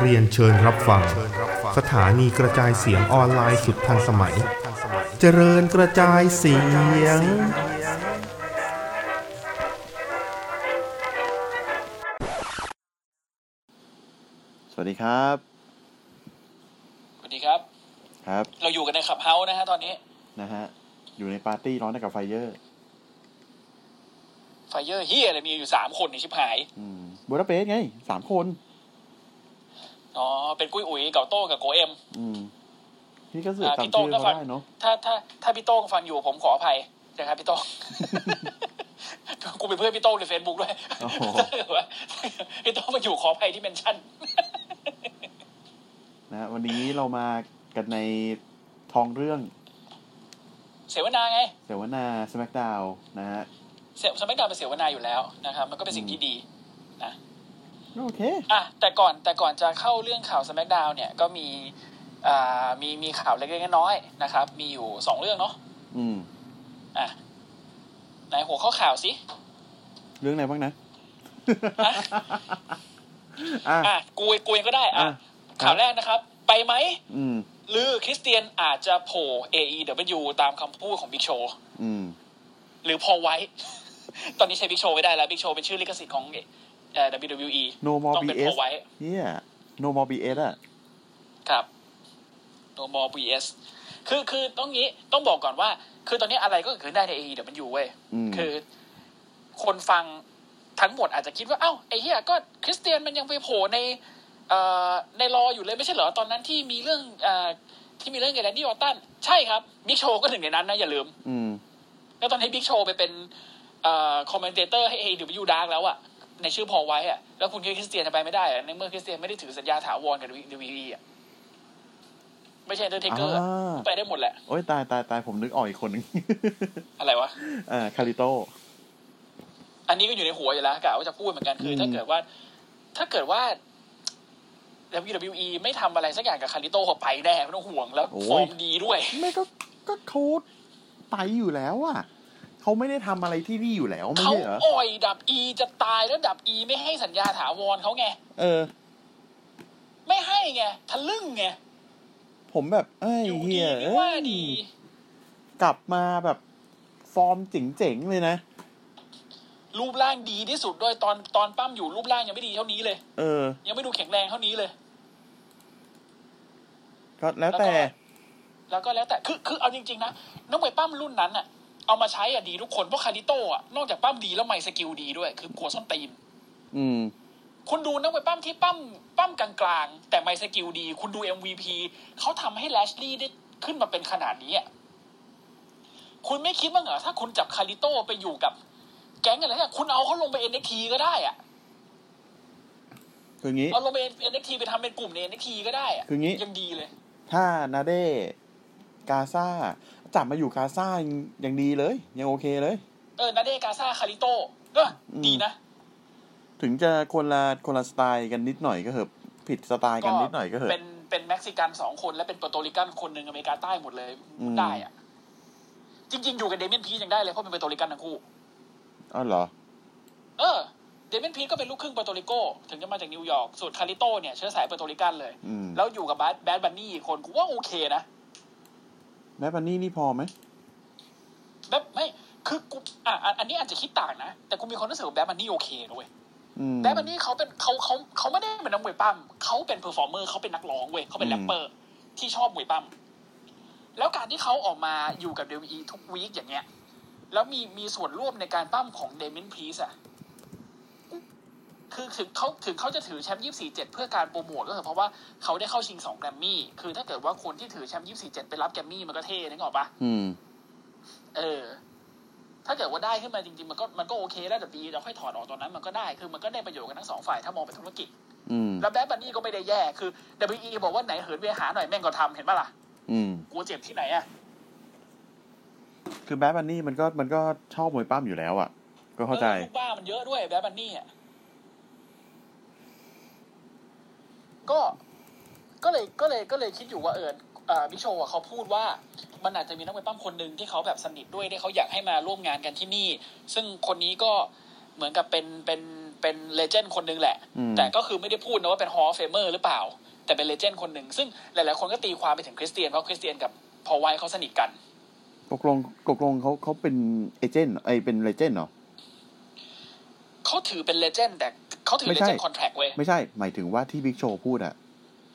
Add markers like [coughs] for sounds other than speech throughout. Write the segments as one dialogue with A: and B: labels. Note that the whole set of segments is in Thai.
A: เรียนเชิญรับฟัง สถานีกระจายเสียงออนไลน์สุดทันสมัย เจริญกระจายเสียง
B: สวัสดีครับ
C: สวัสดีครับ
B: ครับ
C: เราอยู่กันในขับเฮาส์นะฮะตอนนี้
B: นะฮะอยู่ในปาร์ตี้ร้อนกับไฟเยอร์
C: ไฟเยอร์เฮียอะไรมีอยู่สามคนในชิบหาย
B: อืมบูดาเปสต์ไงสามคน
C: อ๋อ เป็นกุ้ยอุ๋ยเก่าโต้กับโกเอ็ม
B: อืมพี่ก็สืบ
C: อ่า
B: ตา
C: พี่
B: ม
C: โต้ง
B: ชื่อ
C: ก็
B: เขา
C: ฟัง
B: ได้เนาะ
C: ถ้าถ้าถ้าพี่โต้งฟังอยู่ผมขออภัยนะครับพี่โต้ง [laughs] กูเป็นเพื่อนพี่โต้งในเฟซบุ๊กด้วย
B: โอ้โห
C: [laughs] พี่โต้งมาอยู่ขออภัยที่เมนชั่น
B: นะฮะวันนี้เรามากันในทองเรื่อง
C: เสวนาไง
B: เสวนาสแมกดาวนะฮะ
C: เสวสมัยดาวเป็นเสวนาอยู่แล้วนะครับ มันก็เป็นสิ่งที่ดี
B: โอเค
C: อ่ะแต่ก่อนแต่ก่อนจะเข้าเรื่องข่าวสมักดาวเนี่ยก็มีอ่ามีมีข่าวเล็กๆน้อยๆนะครับ มีอยู่สองเรื่องเนาะ
B: อืม
C: อ่ะไหนหัวข้อข่าวสิ
B: เรื่องอะไรบ้างนะ [laughs] อ่ะ
C: อ่ะกูเองกูเองก็ได้อ่ะ
B: อ่ะ
C: ข่าวแรกนะครับ ไปไหม
B: อืม
C: หรือคริสเตียนอาจจะโผล่ AEW ตามคำพูดของบิ๊กโช
B: อืม
C: หรือพอไว้ [laughs] ตอนนี้ใช้บิ๊กโชไม่ได้แล้วบิ๊กโชเป็นชื่อลิขสิทธิ์ของเอ่อ WWE
B: no more
C: ต้องเป็นพ
B: BS
C: อไว้
B: เฮีย no more BS อ่ะ
C: ครับ No more BS คือคือต้องงี้ต้องบอกก่อนว่า คือตอนนี้อะไรก็เกิดขึ้นได้ใน AEW เว้ย
B: อืม
C: คือคนฟังทั้งหมดอาจจะคิดว่า เอ้าไอ้เหี้ยก็คริสเตียนมันยังไปโผล่ในเอ่อในรออยู่เลยไม่ใช่เหรอ ตอนนั้นที่มีเรื่องเอ่อที่มีเรื่องกับแดนนี่ออตตัน ใช่ครับ บิ๊กโชก็หนึ่งในนั้นนะอย่าลืม
B: อืม
C: แล้วตอนนี้บิ๊กโชไปเป็นเอ่อคอมเมนเตเตอร์ให้ AEW Dark แล้วอะในชื่อพอไว้อะแล้วคุณคริสเตียนจะไปไม่ได้อะในเมื่อคริสเตียนไม่ได้ถือสัญญาถาวรกับ WWE อะไม่ใช่เดอร์เทเกอร์
B: อ่า
C: ไปได้หมดแหละ
B: โอ้ยตายตายตายผมนึกออกอีกคนหนึง [laughs]
C: อะไรวะ
B: อ่าคาริโต
C: อันนี้ก็อยู่ในหัวอยู่แล้วกะว่าจะพูดเหมือนกันคือ
B: อืม
C: ถ้าเกิดว่า ถ้าเกิดว่า WWE ไม่ทำอะไรสักอย่างกับคาริโต้ไปแน่ไม่ต้องห่วงแล้วฟอร์มดีด้วย
B: ไม่ก็ก็เขาไปอยู่แล้วอ่ะเขาไม่ได้ทำอะไรที่นี่อยู่แล้วไม่
C: เขา
B: ใช่เหรอ
C: อ่อยดับอีจะตายแล้วดับอีไม่ให้สัญญาถาวรเขาไง
B: เออ
C: ไม่ให้ไงทะลึ่งไง
B: ผมแบบ เอ้ย
C: อยู่ดี
B: เฮีย
C: ไม่
B: เอ้
C: ว่าย ดี
B: กลับมาแบบฟอร์มเจ๋งๆเลยนะ
C: รูปร่างดีที่สุดด้วยตอนตอนปั้มอยู่รูปร่างยังไม่ดีเท่านี้เลย
B: เออ
C: ยังไม่ดูแข็งแรงเท่านี้เลย
B: ก็แล้วแต่
C: แล้วก็แล้วแต่คือคือเอาจริงๆนะน้องไปปั้มรุ่นนั้นอะเอามาใช้อะดีทุกคนเพราะคาริโต้อะนอกจากปั้มดีแล้วไม่สกิลดีด้วย คือกลัวส้นตีน
B: อืม
C: คุณดูนักมวยปั้มที่ปั้มปั้มกลางๆ แต่ไม่สกิลดี คุณดู MVP เขาทำให้แลชลี่ได้ขึ้นมาเป็นขนาดนี้อ่ะคุณไม่คิดบ้างเหรอถ้าคุณจับคาริโต้ไปอยู่กับ แก๊งอะไรเนี่ยคุณเอาเขาลงไป NXT ก็ได้อ่ะ
B: คืองี้
C: เอาลงไป NXT ไปทำเป็นกลุ่มใน NXT ก็ได้อ่ะ
B: คืองี้
C: ยังดีเลย
B: ถ้านาเดกาซาจับมาอยู่กาซายังยังดีเลย ยังโอเคเลย
C: เออนาเดกาซาคาริโต้ก็ดีนะ
B: ถึงจะคนละคนละสไตล์กันนิดหน่อยก็เหอะผิดสไตล์กันนิดหน่อยก็เหอะ
C: เป็นเป็นเม็กซิกันสองคนและเป็นโปรโตริกันคนหนึ่งอเมริกาใต้หมดเลย
B: อืม
C: ได้อะจริง ๆ อยู่กับเดเมนพียังได้เลยเพราะเป็นโปรโตริกันทั้งคู่
B: อ้าวเหรอ
C: เออเดเมนพีก็เป็นลูกครึ่งโปรโตริโก ถึงจะมาจากนิวยอร์กส่วนคาริโตเนี่ยเชื้อสายโปรโตริกันเลย
B: อืม
C: แล้วอยู่กับแบดแบดบันนี่อีกคนกูว่าโอเคนะ
B: แม่ปันนี่นี่พอไหม
C: แบบไม่คือกูอ่ะอันอันนี้อาจจะคิดต่างนะ แต่กูมีความรู้สึกว่าแบดบันนี่โอเคนะเว้ย
B: อืม
C: แบดบันนี่เขาเป็นเขาเขาเขาไม่ได้เป็นนักมวยปั้มเขาเป็นเพอร์ฟอร์เมอร์เขาเป็นนักร้องเว้ยเขาเป็
B: อื
C: น
B: ม
C: แรปเปอร์ที่ชอบมวยปั้มแล้วการที่เขาออกมาอยู่กับเดวีทุกวีคอย่างเงี้ย แล้วมีมีส่วนร่วมในการปั้มของเดมินพีซอะคือถึงเขาถึงเขาจะถือแชมป์ยี่สี่เจ็ดเพื่อการโปรโมทก็เถอะเพราะว่าเขาได้เข้าชิงสองแกรมมี่ คือถ้าเกิดว่าคนที่ถือแชมป์ยี่สี่เจ็ดไปรับแกรมมี่มันก็เท่นึกออกปะ
B: อืม
C: เออ ถ้าเกิดว่าได้ขึ้นมาจริงๆ มันก็มันก็โอเคแล้วแต่ดีเราค่อยถอดออกตอนนั้นมันก็ได้ คือมันก็ได้ประโยชน์กันทั้งสองฝ่ายถ้ามองเป็นธุรกิจ
B: อืม
C: แล้วแบดบันนี่ก็ไม่ได้แย่ คือ WE บอกว่าไหนเหินเวหาหน่อยแม่งก็ทำเห็นปะล่ะ
B: อืม
C: กูเจ็บที่ไหนอะ
B: คือแบดบันนี่มันก็มันก็ชอบมวยปั้มอยู่แล้วอ่ะ ก็เข้าใจ
C: ออลูกบ้ามันเยอะด้วยแบดบันนี่อ่ะ ก็ ก็เลยก็เลยก็เลยคิดอยู่ว่าเออ อ่าพี่โชว์อะเขาพูดว่ามันอาจจะมีนักมวยปั้มคนหนึ่งที่เขาแบบสนิทด้วยที่เขาอยากให้มาร่วมงานกันที่นี่ ซึ่งคนนี้ก็เหมือนกับเป็นเป็นเป็นเลเจนด์คนหนึ่งแหละ
B: อืม
C: แต่ก็คือไม่ได้พูดนะว่าเป็นฮอลเฟเมอร์หรือเปล่า แต่เป็นเลเจนด์คนหนึ่งซึ่งหลาย ๆ คนก็ตีความไปถึงคริสเตียนเพราะคริสเตียนกับพอลไวท์เขาสนิทกัน
B: ตกลงตกลงเขาเขาเป็นเอเจนต์ไอยเป็นเลเจนต์เหรอ
C: เขาถือเป็นเลเจนด์แต่เขาถือ
B: ไม่
C: เล
B: ใช่
C: เจนด์คอนแทรคเว้ย
B: ไม่ใช่หมายถึงว่าที่บิ๊กโชว์พูดอะ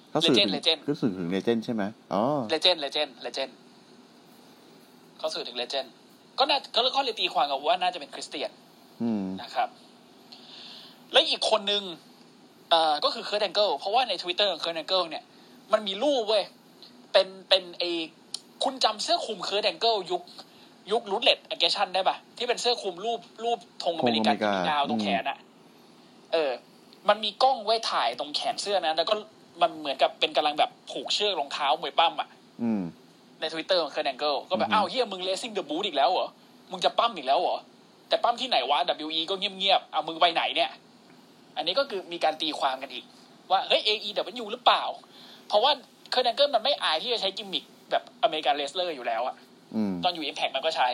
B: เขาสื่อถึง
C: Legend Legend
B: ก็สื่อถึงเลเจนต์ใช่ไหมอ๋อ
C: เลเจนด์เลเจนด์เลเจนด์เขาสื่อถึงเลเจนด์ก็น่าก็เลยก็เลยตีความกันว่าน่าจะเป็นคริสเตียน
B: อืม
C: นะครับ และอีกคนนึงเอ่อก็คือเคิร์ดแองเกิลเพราะว่าใน Twitter ของเคิร์ดแองเกิลเนี่ย มันมีรูปเว้ย เป็นเป็นไอคุณจำเสื้อคลุมเคิร์ดแองเกิลยุค ยุครูทเลตแอคเกชันได้ปะที่เป็นเสื้อคลุมรูปรูปธงอเมริกัน
B: ธงอเมริกัน
C: มีดาวตรง
B: อืม
C: แขนอะเออ มันมีกล้องไว้ถ่ายตรงแขนเสื้อนะ แล้วก็มันเหมือนกับเป็นกำลังแบบผูกเชือกรองเท้ามวยปั้มอะ
B: อืม
C: ในทวิตเตอร์ของเคิร์นแองเกิลก็แบ
B: อือ
C: บ
B: ฮึ
C: อ้าวเฮียมึงเลสซิ่งเดอะบูธอีกแล้วเหรอ มึงจะปั้มอีกแล้วเหรอ แต่ปั้มที่ไหนวะ WE ก็เงียบๆเอามึงไปไหนเนี่ย อันนี้ก็คือมีการตีความกันอีก ว่า เฮ้ย AEW หรือเปล่า เพราะว่าเคิร์นแองเกิลมันไม่อายที่จะใช้กิมมิคแบบอเมริกันเลสเลอร์อยู่แล้วอะ
B: อืม
C: ตอนอยู่ Impact มันก็ใช้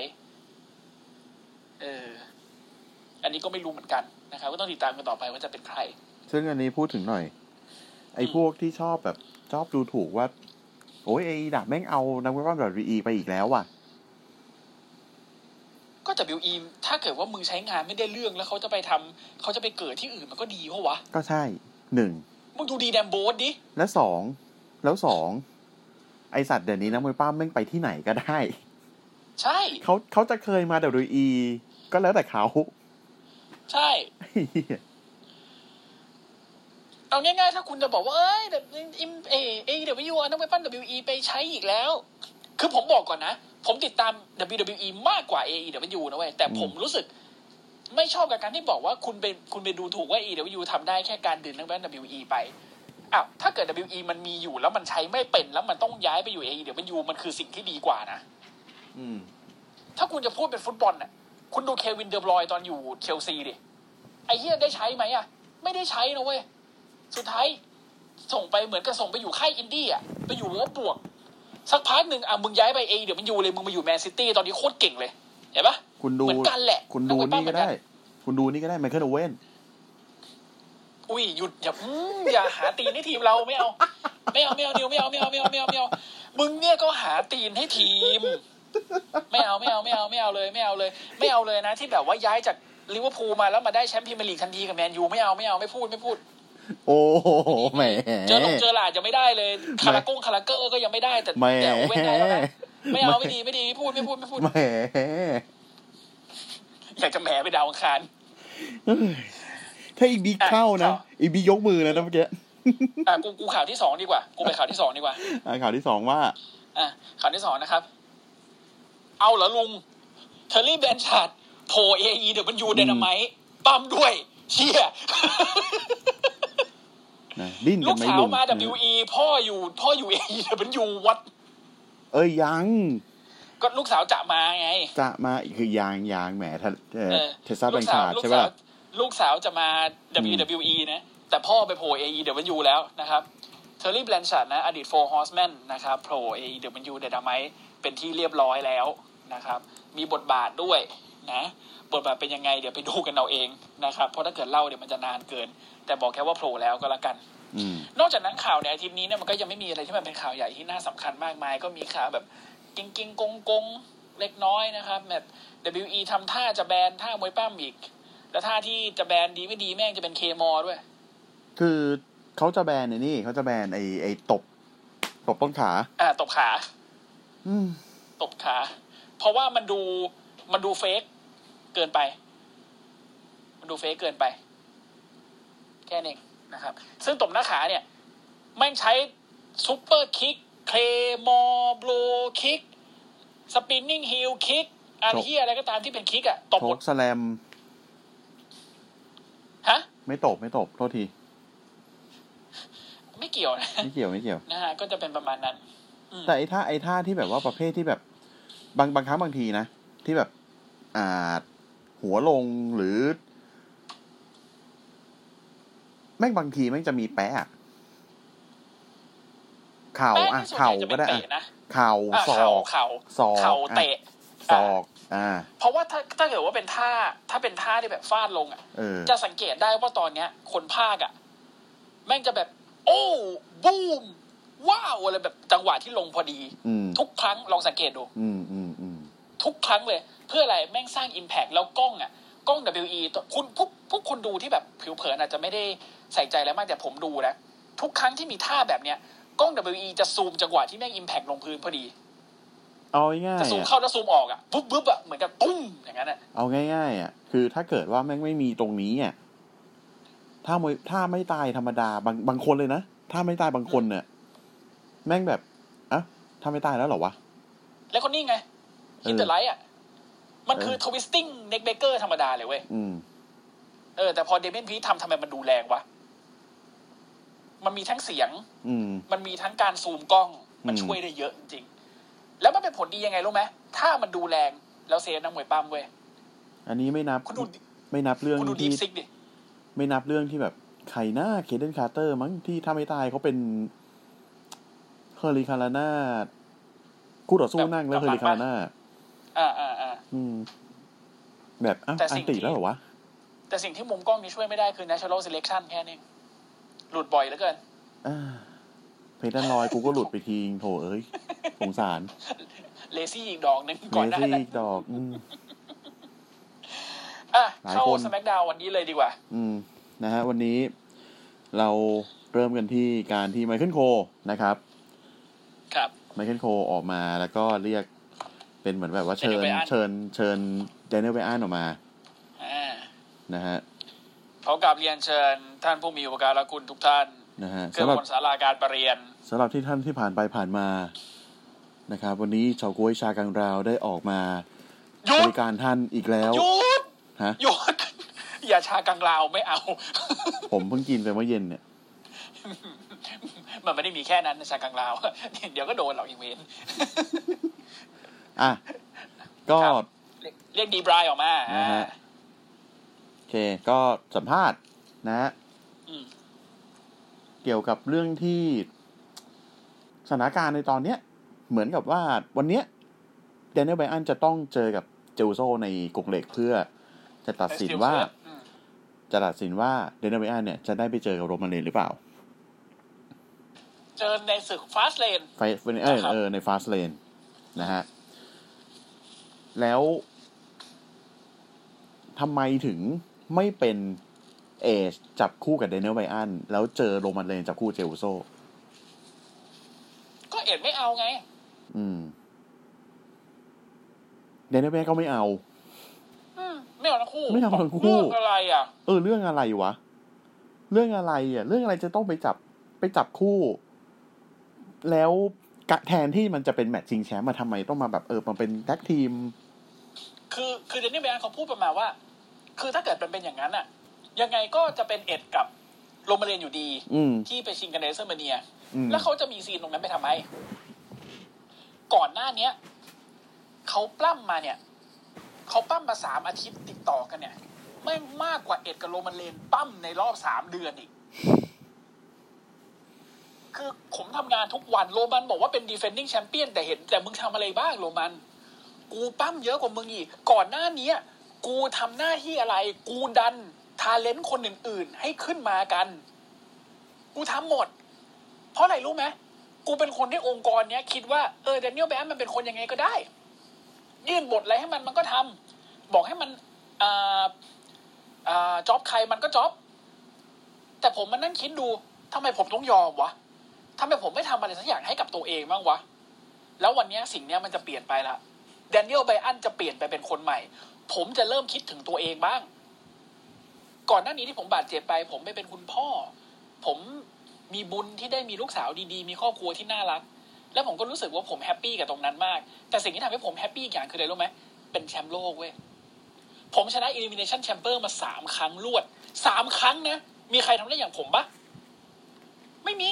C: เออ อันนี้ก็ไม่รู้เหมือนกันนะครับก็ต้องติดตามกันต่อไปว่าจะเป็นใคร
B: ซึ่งอันนี้พูดถึงหน่อย ไอ้
C: อืม
B: พวกที่ชอบแบบชอบดูถูกว่า โอ้ยไอ้ดับแม่งเอานักวิพากษ์แบบรีไปอีกแล้วว่ะ
C: ก็ WE ถ้าเกิดว่ามึงใช้งานไม่ได้เรื่องแล้วเขาจะไปทำเขาจะไปเกิดที่อื่นมันก็ดีเพราะวะ
B: ก็ใช่หนึ่ง
C: มึงดูดีแดมโบสดิ
B: และสอง แล้วสอง ไอสัตว์เดี๋ยวนี้นะมวยป้ามแม่งไปที่ไหนก็ได้
C: ใช่
B: เขาเขาจะเคยมา WWE ก็แล้วแต่เขา
C: ใช่
B: ไอ้เหี้ย
C: เอาง่ายๆ ถ้าคุณจะบอกว่า เอ้ยเดอิมเอเอเดวิวนักเว็บปั้น WE ไปใช้อีกแล้ว คือผมบอกก่อนนะ ผมติดตาม WWE มากกว่า AEW นะเว้ย แต่ผมรู้สึก ไม่ชอบกับการที่บอกว่าคุณไปคุณไปดูถูกว่า AEW ทำได้แค่การดึงนักเว็บ WE ไป อ้าว ถ้าเกิด WE มันมีอยู่แล้วมันใช้ไม่เป็นแล้วมันต้องย้ายไปอยู่ AEW มันคือสิ่งที่ดีกว่านะ
B: อืม
C: ถ้าคุณจะพูดเป็นฟุตบอลน่ะ คุณดูเควินเดอร์บรอยน์ตอนอยู่เชลซีดิ ไอ้เฮียได้ใช้ไหมอ่ะ ไม่ได้ใช้นะเว้ย สุดท้าย ส่งไปเหมือนกับส่งไปอยู่ค่ายอินดี้อ่ะ ไปอยู่วอบบวก สักพักหนึ่งอ่ะ มึงย้ายไปเอเดี๋ยวมันอยู่เลย มึงมาอยู่แมนซิตี้ตอนนี้โคตรเก่งเลย เห็นปะ
B: คุณดู
C: เหมือนกันแหละ
B: คุณดู
C: นักมวยปั้
B: นี่ก็
C: มเหมือนกั
B: ได้
C: น
B: คุณดูนี่ก็ได้ไมเคิลโอเว่น
C: อุ้ยหยุดอย่าอืมอย่าหาตีนให้ทีมเราไม่เอา ไม่เอาไม่เอานิวไม่เอาไม่เอาไม่เอาไม่เอาไม่เอามึงเนี่ยก็หาตีนให้ทีม ไม่เอาไม่เอาไม่เอาไม่เอาเลยไม่เอาเลย ไม่เอาเลยนะที่แบบว่าย้ายจากลิเวอร์พูลมาแล้วมาได้แชมป์พรีเมียร์ลีกทันทีกับแมนยูไม่เอาไม่เอาไม่พูดไม่พูด
B: โอ้โหแหม
C: เจอหลงเจอหลาดยังไม่ได้เลยคาราโกงคาราเกอร์ก็ยังไม่ได้แต่
B: แหม
C: แต่เว้นได้แล้วนะไม่เอาไม่ดีไม่ดีไม่พูดไม่พูดไม่พูด
B: แหม
C: อยากจะแหมไปดาวอังคาร
B: เอ้ยถ้าอีบิ๊กเข้านะ
C: อ่ะ
B: อีบิ๊กยกมือแล้วนะเมื่อกี้
C: อ่ะกูกูข่าวที่สองดีกว่ากูไปข่าวที่สองดีกว่า
B: อ่ะข่าวที่สองว่า
C: อ่ะข่าวที่สองนะครับ เอาเหรอลุง เทอร์รี่แบนชาร์ดโผล่เอไอเดี๋ยวมันยูเดนไมต์ปั๊มด้วย เชี่ย
B: นะดิ้น
C: ลู
B: กัน
C: ก
B: ไม่
C: สา
B: ห [laughs]
C: ว
B: ยุด
C: มา
B: นะ
C: WE พ่ออยู่ พ่ออยู่เอไอเดี๋ยวมันยูวัด
B: เอ้ยยัง
C: ก็ลูกสาวจะมาไง
B: จะมาอีกคือยางยางแหมทะเอ่อ
C: เออ
B: เทสซาแบงค์ชาร์ด
C: ลูก
B: ใช่
C: สาว
B: ป่ะ
C: ลูกสาวจะมา
B: อืม
C: WWE นะ แต่พ่อไปโผล่ AEW แล้วนะครับ เทอร์รี่แบลนชาร์ดนะ อดีตโฟร์ฮอสแมนนะครับโผล่ AEW เดดามายเป็นที่เรียบร้อยแล้วนะครับ มีบทบาทด้วยนะ บทบาทเป็นยังไง เดี๋ยวไปดูกันเอาเองนะครับ เพราะถ้าเกิดเล่าเดี๋ยวมันจะนานเกิน แต่บอกแค่ว่าโผล่แล้วก็แล้วกัน
B: อืม
C: นอกจากนั้นข่าวในอาทิตย์นี้เนี่ยมันก็ยังไม่มีอะไรที่มันเป็นข่าวใหญ่ที่น่าสำคัญมากมาย ก็มีข่าวแบบกิงกิงกงกงเล็กน้อยนะครับแบบ WE ทำท่าจะแบนท่ามวยป้ามอีก แล้วท่าที่จะแบนดีไม่ดีแม่งจะเป็นเคมอด้วย
B: คือเขาจะแบนไอ้นี่เขาจะแบนไอ้ไอ้ตบ ตบต้นขา
C: อ่าตบขา
B: อืม
C: ตบขา เพราะว่ามันดูมันดูเฟกเกินไป มันดูเฟกเกินไป แค่นี้นเองนะครับ ซึ่งตบหน้าขาเนี่ยแม่งใช้ซูเปอร์คิก เคลมอร์บลูคิก สปินนิ่งฮิลคิกอัน
B: โถ
C: ที่อะไรก็ตามที่เป็นคิกอะตบ
B: โท
C: หมด
B: กสแลม
C: ฮะ
B: ไม่ตบไม่ตบ โทษที
C: ไม่เกี่ยวนะ
B: ไม่เกี่ยวไม่เกี่ยว
C: นะฮะ ก็จะเป็นประมาณนั้น อืม
B: แต่ไอ้ท่าไอ้ท่าที่แบบว่าประเภทที่แบบ บางบางครั้งบางทีนะ ที่แบบ อ่า หัวลงหรือ แม่งบางทีแม่งจะมีแปะอะ เข่า
C: แป้ง
B: อ่ะ
C: ที่ส่วนให
B: เข่า
C: ญ่จะเป็
B: ก็
C: น
B: ได้อ่ะ
C: เตะนะ
B: เข่า
C: อ่ะ
B: ศอ
C: เข่าก เข่า
B: ศอก
C: เข่า
B: อ่ะ
C: เตะ
B: ศ
C: อ่ะ
B: อกอ่า
C: เพราะว่าถ้าถ้าเกิดว่าเป็นท่าถ้าเป็นท่าที่แบบฟาดลงอ่ะ
B: เออ
C: จะสังเกตได้ว่าตอนเนี้ย คนภาคอ่ะ แม่งจะแบบ โอ้บูมว้าวอะไรแบบจังหวะที่ลงพอดี
B: อืม
C: ทุกครั้งลองสังเกตดู
B: อืมอืมอืม
C: ทุกครั้งเลย เพื่ออะไรแม่งสร้าง Impact แล้วกล้องอ่ะ กล้อง WE ตัวคุณพวกพวกคนดูที่แบบผิวเผินอาจจะไม่ได้ใส่ใจอะไรมากแต่ผมดูนะทุกครั้งที่มีท่าแบบเนี้ยกล้อง WE จะซูมจังหวะที่แม่ง Impact ลงพื้นพอดี
B: เอาง่าย
C: จะ
B: ๆ
C: ซูม
B: อ่ะ
C: เข้าแล้วซูมออกอ่ะปุ๊บปุ๊บอ่ะเหมือนกับปุ้มอย่างนั้นอ่ะ
B: เอาง่ายๆอ่ะ คือถ้าเกิดว่าแม่งไม่มีตรงนี้อ่ะถ้ามวยถ้าไม่ตายธรรมดาบางบางคนเลยนะถ้าไม่ตายบางคนเนี่ยแม่งแบบอ่ะถ้าไม่ตายแล้วเหรอวะ
C: แล้วคนนี้ไงฮิตเดอร์ไลท์อ่ะมันคือ
B: เออ
C: ทวิสติ้งเน็กเบเกอร์ธรรมดาเลยเว้ย
B: อืม
C: เออแต่พอเดเมนพีทำทำไมมันดูแรงวะ มันมีทั้งเสียง
B: อืม
C: มันมีทั้งการซูมกล้อง มัน
B: อืม
C: ช่วยได้เยอะจริงๆ แล้วมันเป็นผลดียังไงรู้ไหมถ้ามันดูแรงแล้วเซฟนักมวยปั้มเว้ย
B: อันนี้ไม่นับ
C: คุณดู
B: ไม่นับเรื่อง
C: คุณดูดี
B: ที่
C: ฟซิกดิ
B: ไม่นับเรื่องที่แบบใครหน้าเคเดนคาร์เตอร์มั้งที่ถ้าไม่ตายเขาเป็นเฮอริคาราน่าคู่ต่อสู้
C: แบบ
B: นั่งแล้ว
C: กำ
B: เฮ
C: ปั้
B: อน ริคาราน่า
C: อ่าอ่าอ่า
B: อืม แบบอ้าว
C: แต่
B: อัน
C: สิ่ง
B: ติ
C: ที่
B: แล้วเหรอวะ
C: แต่สิ่งที่มุมกล้องนี้ช่วยไม่ได้คือ natural selection แค่นี้หลุดบ่อยเหลือเกิน
B: อ่าเพดานลอยกูก็หลุดไปทีงโถเอ้ย
C: [laughs]
B: สงสาร
C: เลซี่อีกดอกหนึ่งก่อนห
B: เม
C: น้า
B: ซี่
C: นั้น
B: อีกดอก อืม
C: อ่ะ
B: หลาย
C: เข้า
B: คน
C: สแมกดาววันนี้เลยดีกว่า
B: อืม นะฮะ วันนี้เราเริ่มกันที่การที่ไมเคิลโคนะครับ
C: ครับ
B: ไมเคิลโคออกมาแล้วก็เรียกเป็นเหมือนแบบว่าเชิญ
C: Daniel Bryan
B: เชิญเชิญเดนเนลเบอันออกมา
C: อ่า
B: นะฮะ
C: ขอกราบเรียนเชิญ ท่านผู้มีอุปการะคุณทุกท่าน
B: นะฮะ
C: เกือ
B: สำหรับ
C: คนศาลาการประเรียน
B: สำหรับที่ท่านที่ผ่านไปผ่านมา นะครับ วันนี้ชาวกล้วยชากังราวได้ออกมา
C: หยุ
B: บ
C: ด
B: ริการท่านอีกแล้ว
C: หยุด
B: ฮะ
C: หยุด [laughs] อย่าชากลางราวไม่เอา
B: ผ
C: [laughs]
B: มเพิ่งกินไปเมื่อเย็นเนี่ย
C: มันไม่ได้มีแค่นั้นนะชากลางลาว [laughs] เดี๋ยวก็โดนหรอกอีเวน
B: อ่ะ ก็
C: ครับ [laughs] เรียกดีบรายออกมา
B: นะ
C: [laughs]
B: ฮะ โอเค ก็สัมภาษณ์นะฮะ
C: อืม
B: เกี่ยวกับเรื่องที่สถานการณ์ในตอนเนี้ย เหมือนกับว่าวันเนี้ยเดนเนลไบอันจะต้องเจอกับเจลโซในกรงเหล็กเพื่อ จะตัดสินว่า
C: อืม
B: จะตัดสินว่าเดนเนลไบอันเนี่ยจะได้ไปเจอกับโรมันเลนหรือเปล่า
C: เจอในศึกฟาสเลน
B: ไฟเออ
C: ครับ
B: เออในฟาสเลนนะฮะ แล้วทำไมถึงไม่เป็นเอชจับคู่กับเดนเนลไบอันแล้วเจอโรมันเลนจับคู่เจลโซ
C: ก็เอ็ดไม่เอาไง
B: อืมเดนเนลไบอันก็ไม่เอา
C: อืมไม่เอาทั้งคู่
B: ไม่เอาทั้งคู่
C: เรื่องอะไรอ่ะ
B: เออเรื่องอะไรวะ เรื่องอะไรอ่ะ เรื่องอะไรจะต้องไปจับไปจับคู่ แล้วกะแทนที่มันจะเป็นแมตช์ชิงแชมป์มาทำไมต้องมาแบบเออมันเป็นแท็กทีม
C: คือคือเดนนี่แบนเขาพูดประมาณว่า คือถ้าเกิดมันเป็นอย่างนั้นอ่ะ ยังไงก็จะเป็นเอ็ดกับโรมาเรียนอยู่ดี
B: อืม
C: ที่ไปชิงกันในเซอร์เมเนีย
B: อืม
C: แล้วเขาจะมีซีนตรงนั้นไปทำไม ก่อนหน้าเนี้ยเขาปล้ำมาเนี่ย เขาปล้ำมาสามอาทิตย์ติดต่อกันเนี่ย ไม่งมากกว่าเอ็ดกับโรมันเลนปล้ำในรอบสามเดือนอีก คือผมทำงานทุกวันโรมันบอกว่าเป็น defending champion แต่เห็น แต่มึงทำอะไรบ้างโรมัน กูปั้มเยอะกว่ามึงอีก ก่อนหน้าเนี้ย กูทำหน้าที่อะไร กูดัน ทาเลนต์คนอื่นๆ ให้ขึ้นมากัน กูทำหมด เพราะอะไรรู้ไหมกูเป็นคนที่องค์กรเนี้ยคิดว่าเออเดนเนียลแบมมันเป็นคนยังไงก็ได้ ยื่นบทอะไรให้มันมันก็ทำบอกให้มันอ่าอ่าจ็อบใครมันก็จ็อบแต่ผมมานั่งคิดดูทำไมผมต้องยอมวะทำไมผมไม่ทำอะไรสักอย่างให้กับตัวเองบ้างวะ แล้ววันเนี้ยสิ่งเนี้ยมันจะเปลี่ยนไปละเดนเนียลไบอันจะเปลี่ยนไปเป็นคนใหม่ ผมจะเริ่มคิดถึงตัวเองบ้าง ก่อนหน้านี้ที่ผมบาดเจ็บไป ผมไม่เป็นคุณพ่อ ผมมีบุญที่ได้มีลูกสาวดีๆ มีครอบครัวที่น่ารัก แล้วผมก็รู้สึกว่าผมแฮปปี้กับตรงนั้นมาก แต่สิ่งที่ทำให้ผมแฮปปี้อีกอย่างคืออะไรรู้ไหม เป็นแชมป์โลกเว้ย ผมชนะ Elimination Chamber มาสามครั้งรวด สามครั้งนะ มีใครทำได้อย่างผมปะไม่มี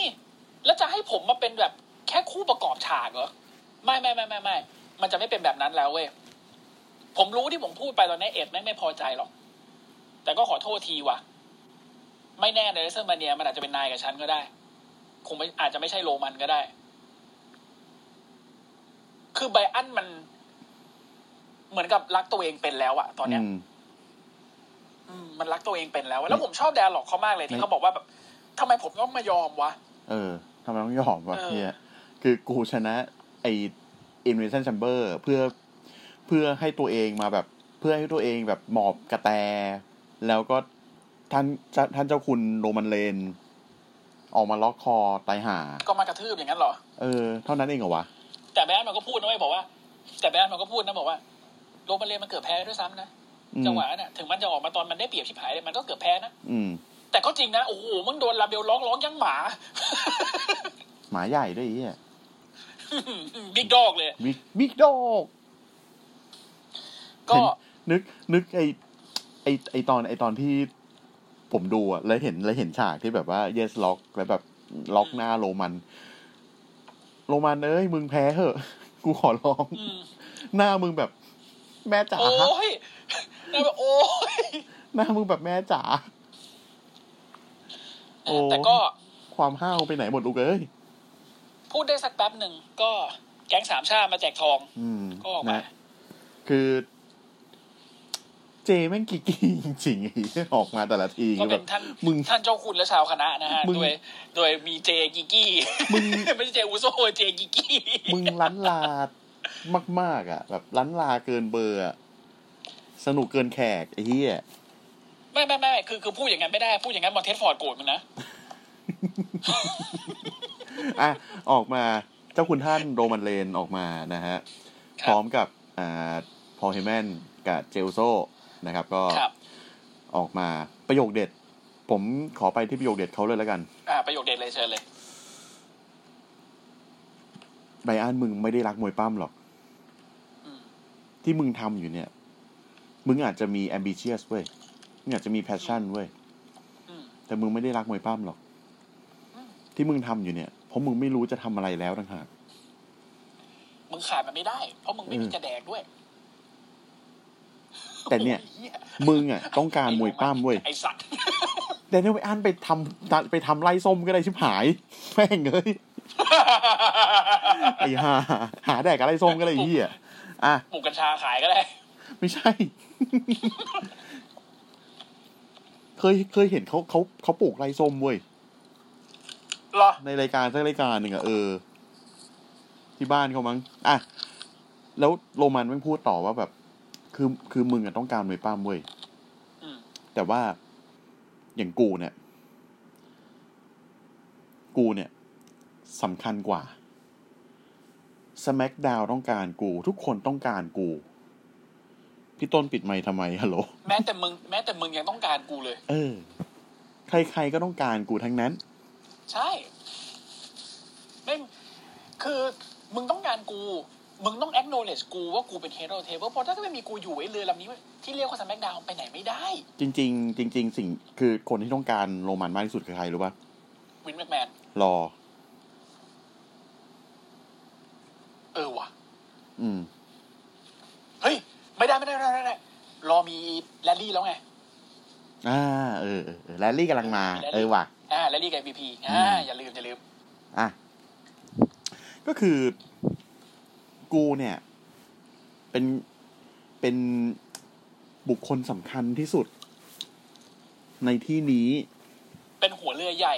C: แล้วจะให้ผมมาเป็นแบบแค่คู่ประกอบฉากเหรอ ไม่ไม่ไม่ไม่ไม่ มันจะไม่เป็นแบบนั้นแล้วเว้ย ผมรู้ที่ผมพูดไปตอนนี้เอ็ดแม่งไม่พอใจหรอก แต่ก็ขอโทษทีว่ะ ไม่แน่ในเซอร์มาเนียมันอาจจะเป็นนายกับฉันก็ได้ คงไม่อาจจะไม่ใช่โรมันก็ได้ คือไบอันมัน เหมือนกับรักตัวเองเป็นแล้วอะตอนเนี้ย
B: อืม
C: อืมมันรักตัวเองเป็นแล้วอะแล้วผมชอบแดร์ล็อกเขามากเลยที่เขาบอกว่าแบบทำไมผมต้องมายอมวะ
B: เออทำไมต้องยอมวะ
C: เออ
B: เฮียคือกูชนะไอ Invention Chamber เพื่อเพื่อให้ตัวเองมาแบบ เพื่อให้ตัวเองแบบหมอบกระแต แล้วก็ท่านท่านเจ้าคุณโรมันเลน ออกมาล็อกคอตายห่า
C: ก็มากระทืบอย่างนั้นเหรอ
B: เออ เท่านั้นเองเหรอวะ
C: แต่แบรนด์มันก็พูดนะเว้ยบอกว่า แต่แบรนด์มันก็พูดนะบอกว่าโรมันเลนมันเกือบแพ้ด้วยซ้ำนะ
B: อื
C: จัง
B: ม
C: หวะนั้นน่ะถึงมันจะออกมาตอนมันได้เปรียบชิบหายเลยมันก็เกือบแพ้นะ
B: อืม
C: แต่ก็จริงนะโอ้โหมึงโดนลาเบลล็อกร้องยัง
B: [laughs]
C: หมา
B: หมาใหญ่ด้วยไอ้เฮีย
C: บิ๊กดอกเลย
B: บิ๊กบิ๊กดอกเห
C: ก็
B: ็นนึกนึกไอไอไอตอนไอตอนที่ผมดูอะแล้วเห็นแล้วเห็นฉากที่แบบว่าเยสล็อกแล้วแบบล็อกหน้าโรมัน โรมันเอ้ยมึงแพ้เถอะ [laughs] กูขอร้อง
C: อืม
B: หน้ามึงแบบ แม่จ๋า
C: โอ้ย [laughs] นะแบบโอ้ย
B: หน้ามึงแบบแม่จ๋า โอ้
C: แต่ก็
B: ความห้าวไปไหนหมดลูกเอ้ย
C: พูดได้สักแป๊บหนึ่งก็แก๊งสามชาติมาแจกทอง
B: อืม
C: ก็ออกมา
B: นะคือ เจแม่งกิกกี้จริงๆไอ้เหี้ยออกมาแต่ละที
C: ก็
B: แบ
C: เป็น
B: บ
C: ท่าน
B: มึง
C: ท่านเจ้าคุณและชาวคณะนะฮะ
B: มึง
C: โดยโดยมีเจกิกกี้
B: มึง
C: ไม่ใช่เจอุโซเจกิกกี้
B: มึงล้านลามาก ๆ อ่ะ แบบล้านลาเกินเบอร์อะสนุกเกินแขกไอ้เหี้ย
C: ไม่ไม่ไม่คือคือพูดอย่างนั้นไม่ได้พูดอย่างนั้นมอนเทสฟอร์ดโกรธมึงนะ
B: อ่ะ ออกมาเจ้าคุณท่านโรมันเลนออกมานะฮะ
C: ค
B: พ
C: รั
B: ร้อบ มกับอ่าพอลเฮแมนกับเจลโซนะครับ ก็
C: ครับ
B: ออกมาประโยคเด็ด ผมขอไปที่ประโยคเด็ดเขาเลยแล้วกัน
C: อ่าประโยคเด็ดเลยเชิญเลย
B: ไบอันมึงไม่ได้รักมวยปั้มหรอก
C: อืม
B: ที่มึงทำอยู่เนี่ย มึงอาจจะมี ambitious เว้ย มึงอาจจะมี passion เว้ย
C: อืม
B: แต่มึงไม่ได้รักมวยปั้มหรอก
C: อืม
B: ที่มึงทำอยู่เนี่ยเพราะมึงไม่รู้จะทำอะไรแล้วต่างหาก
C: มึงขาดมันไม่ได้ เพราะมึงไม่มีจะแดกด้วย
B: แต่เนี่ย
C: โอ้หี้
B: มึงอ่ะต้องการมวยปั้มเว้ย
C: ไอสัตว์ [laughs]
B: แดเนียลไปอ่านไปทำไปทำไล่ส้มก็ได้ชิบหายแม่งเอ้ยไอ้ห่าหาแดกกับไล่ส้มก็ได้ไอ้เหี้ยอ่ะ
C: ปลูกกัญชาขายก็ได้
B: ไม่ใช่ [laughs] เคยเคยเห็นเขาเขาเขาปลูกไรส้มเว้ย
C: เหรอ
B: ในรายการสักรายการหนึ่งอะเออ ที่บ้านเขามั้งอ่ะแล้วโรมันแม่งพูดต่อว่าแบบ คือคือมึงอะต้องการมวยป้ามเว้ย
C: อืม
B: แต่ว่าอย่างกูเนี่ย กูเนี่ยสำคัญกว่า SmackDown ต้องการกู ทุกคนต้องการกู พี่ต้นปิดไมค์ทำไมฮัลโหล
C: แม้แต่มึงแม้แต่มึงยังต้องการกูเลย
B: เออ ใครๆก็ต้องการกูทั้งนั้น
C: ใช่ไม่งคือมึงต้องการกู มึงต้อง acknowledge กูว่ากูเป็น hero table เพราะถ้าไม่มีกูอยู่ไอ้เรือลำนี้ ที่เรียกว่าสแมกดาวไปไหนไม่ได้
B: จริง ๆ จริง ๆ สิ่งคือคนที่ต้องการโรมันมากที่สุดคือใครรู้ปะ
C: วินแมกแมน
B: รอ
C: เออว่ะ
B: อืม
C: เฮ้ย ไม่ได้ไม่ได้ไม่ได้ไม่ได้ รอมีแรลลี่แล้วไง
B: อ่า เออเออเออแรลลี่กำลังมา เออว่ะ
C: อ่าแรลลี่กับ MVP อ่า
B: อืม
C: อย่าลืม อย่าลืม
B: อ่ะ ก็คือกูเนี่ย เป็นเป็นบุคคลสำคัญที่สุด ในที่นี้
C: เป็นหัวเรือใหญ่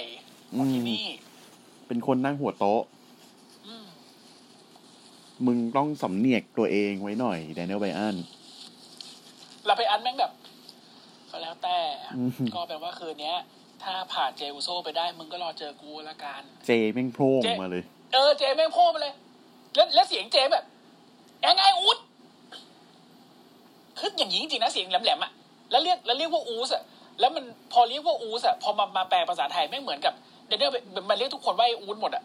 B: อืม
C: ที่นี่
B: เป็นคนนั่งหัวโต๊ะ
C: อืม
B: มึงต้องสำเนียกตัวเองไว้หน่อยแดเนียลไบอัน
C: เราไปอันแม่งแบบ ก็แล้วแต่
B: อืม
C: ก็แปลว่าคืนเนี้ย ถ้าผ่านเจอุโซไปได้ มึงก็รอเจอกูละกัน
B: เจแม่งโพร่ง
C: เจ๊
B: มาเลย
C: เออเจแม่งโพ่มาเลย แล้วแล้วเสียงเจแบบยังไงอูดคืออย่างนี้จริงๆนะเสียงแหลมๆอ่ะแล้วเรียกแล้วเรียกว่าอูสอ่ะแล้วมันพอเรียกว่าอูสอ่ะพอมามาแปลภาษาไทยแม่งเหมือนกับเดนเนอร์มันเรียกทุกคนว่าไออูดหมดอ่ะ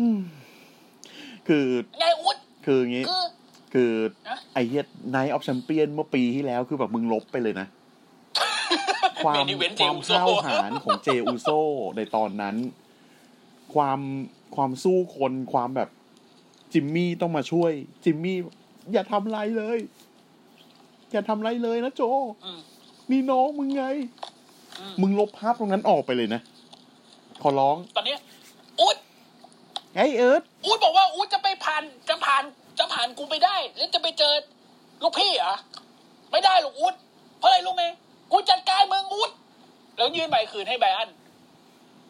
B: อืม คือ
C: ยังไงอูด
B: คืออย่างงี้
C: คือ
B: คือ
C: นะ
B: ไอเฮียไนท์ออฟแชมเปียนเมื่อปีที่แล้วคือแบบมึงลบไปเลย
C: [laughs]
B: นะ ความ
C: เมนิเวนเจ
B: ความ
C: อุโซ
B: เท่าหารของเจอูโซในตอนนั้น ความความสู้คนความแบบจิมมี่ต้องมาช่วย จิมมี่ อย่าทำไรเลย อย่าทำไรเลยนะโจ
C: อืม
B: นี่น้องมึงไง
C: อืม
B: มึงลบภาพตรงนั้นออกไปเลยนะ ขอร้อง
C: ตอนเนี้ยอูด
B: ไอ้ยเอิร์ธ
C: อูดบอกว่าอูดจะไปผ่านจะผ่าน จะผ่านกูไปได้ แล้วจะไปเจอ ลูกพี่เหรอไม่ได้หรอกอุดเพราะอะไรรู้ไหมกูจัดการมึงอุดแล้วยื่นใบคืนให้ไบรอัน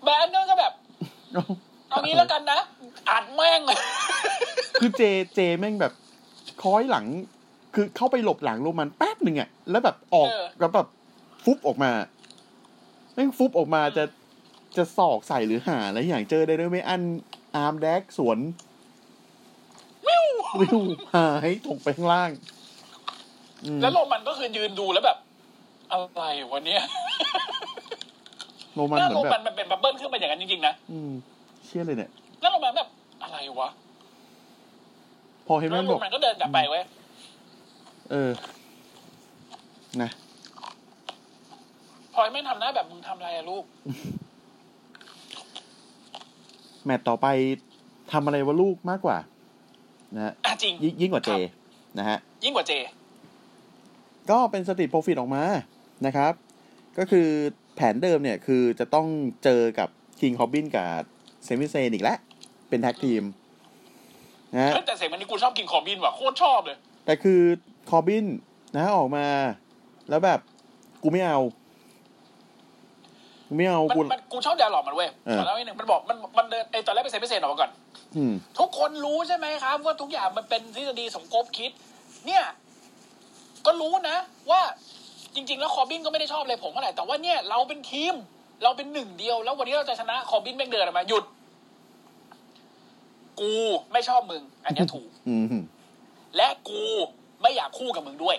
C: ไบรอันนั่นก็แบบ เอางี้แล้วกันนะอัดแม่ง
B: คือเจเจแม่งแบบคล้อยหลัง คือเข้าไปหลบหลังโรมันแป๊บหนึ่งอะแล้วแบบออก
C: เออ
B: แล้วแบบฟุบออกมาแม่งฟุบออกมาจะจะสอกใส่หรือหาอะไรอย่างเจอได้ด้วยไม่อันอาร์มแดกสวนวิวหายตกไปข้างล่างอืม
C: แล้วโรมันก็คือยืนดูแล้วแบบ อะไรวะเนี่ย
B: โรมัน
C: หน้า
B: เหมือ
C: โร
B: นแบ
C: มัน
B: บ
C: มันเป็นบับเบิ้ลขึ้นมาอย่างนั้นจริงๆนะ
B: อืมเชี่ยเลยเนี่ย
C: หน้าโรมันแบบอะไรวะ
B: พอเห็น
C: แล้
B: แม่ง
C: วโร
B: บอก
C: มันก็เดินกลับไปเว้ย
B: เออ นะ
C: พลอยไม่งทำหน้าแบบมึงทำอะไรอะลูก
B: แมตตช์ต่อไปทำอะไรวะลูกมากกว่า นะฮะ
C: อ่ะจริง
B: ยิ่งยิ่งกว่าเจ
C: ครับ
B: นะฮะ
C: ยิ่งกว่าเจ
B: ก็เป็นสติโปรฟิตออกมานะครับ ก็คือแผนเดิมเนี่ยคือจะต้องเจอกับคิงฮอบบินกับเซมิเซนอีกแล้ว เป็นแท็กทีมนะฮะ
C: เฮ้ยแต่เสียงมันนี่กูชอบกินขอบินว่ะโคตรชอบเลย
B: แต่คือคอร์บินนะออกมา แล้วแบบ กูไม่เอา กูไม่เอา
C: มัน
B: กู
C: มันกูชอบดาร์ลอกมันเว้ย
B: เออ
C: ขอเล่าอีกหนึ่งมันบอกมันมันเดินไอตอนแรกไปเซ็นไปเซ็นออกมาก่อน
B: อืม
C: ทุกคนรู้ใช่ไหมครับ ว่าทุกอย่างมันเป็นทฤษฎีสมคบคิด เนี่ย ก็รู้นะ ว่าจริง ๆ แล้วคอร์บินก็ไม่ได้ชอบเลยผมเท่าไหร่แต่ว่าเนี่ยเราเป็นทีม เราเป็นหนึ่งเดียว แล้ววันนี้เราจะชนะคอร์บินแม่งเดินออกมาหยุด กูไม่ชอบมึง อันเนี้ยถูก
B: อืม
C: และกูไม่อยากคู่กับมึงด้วย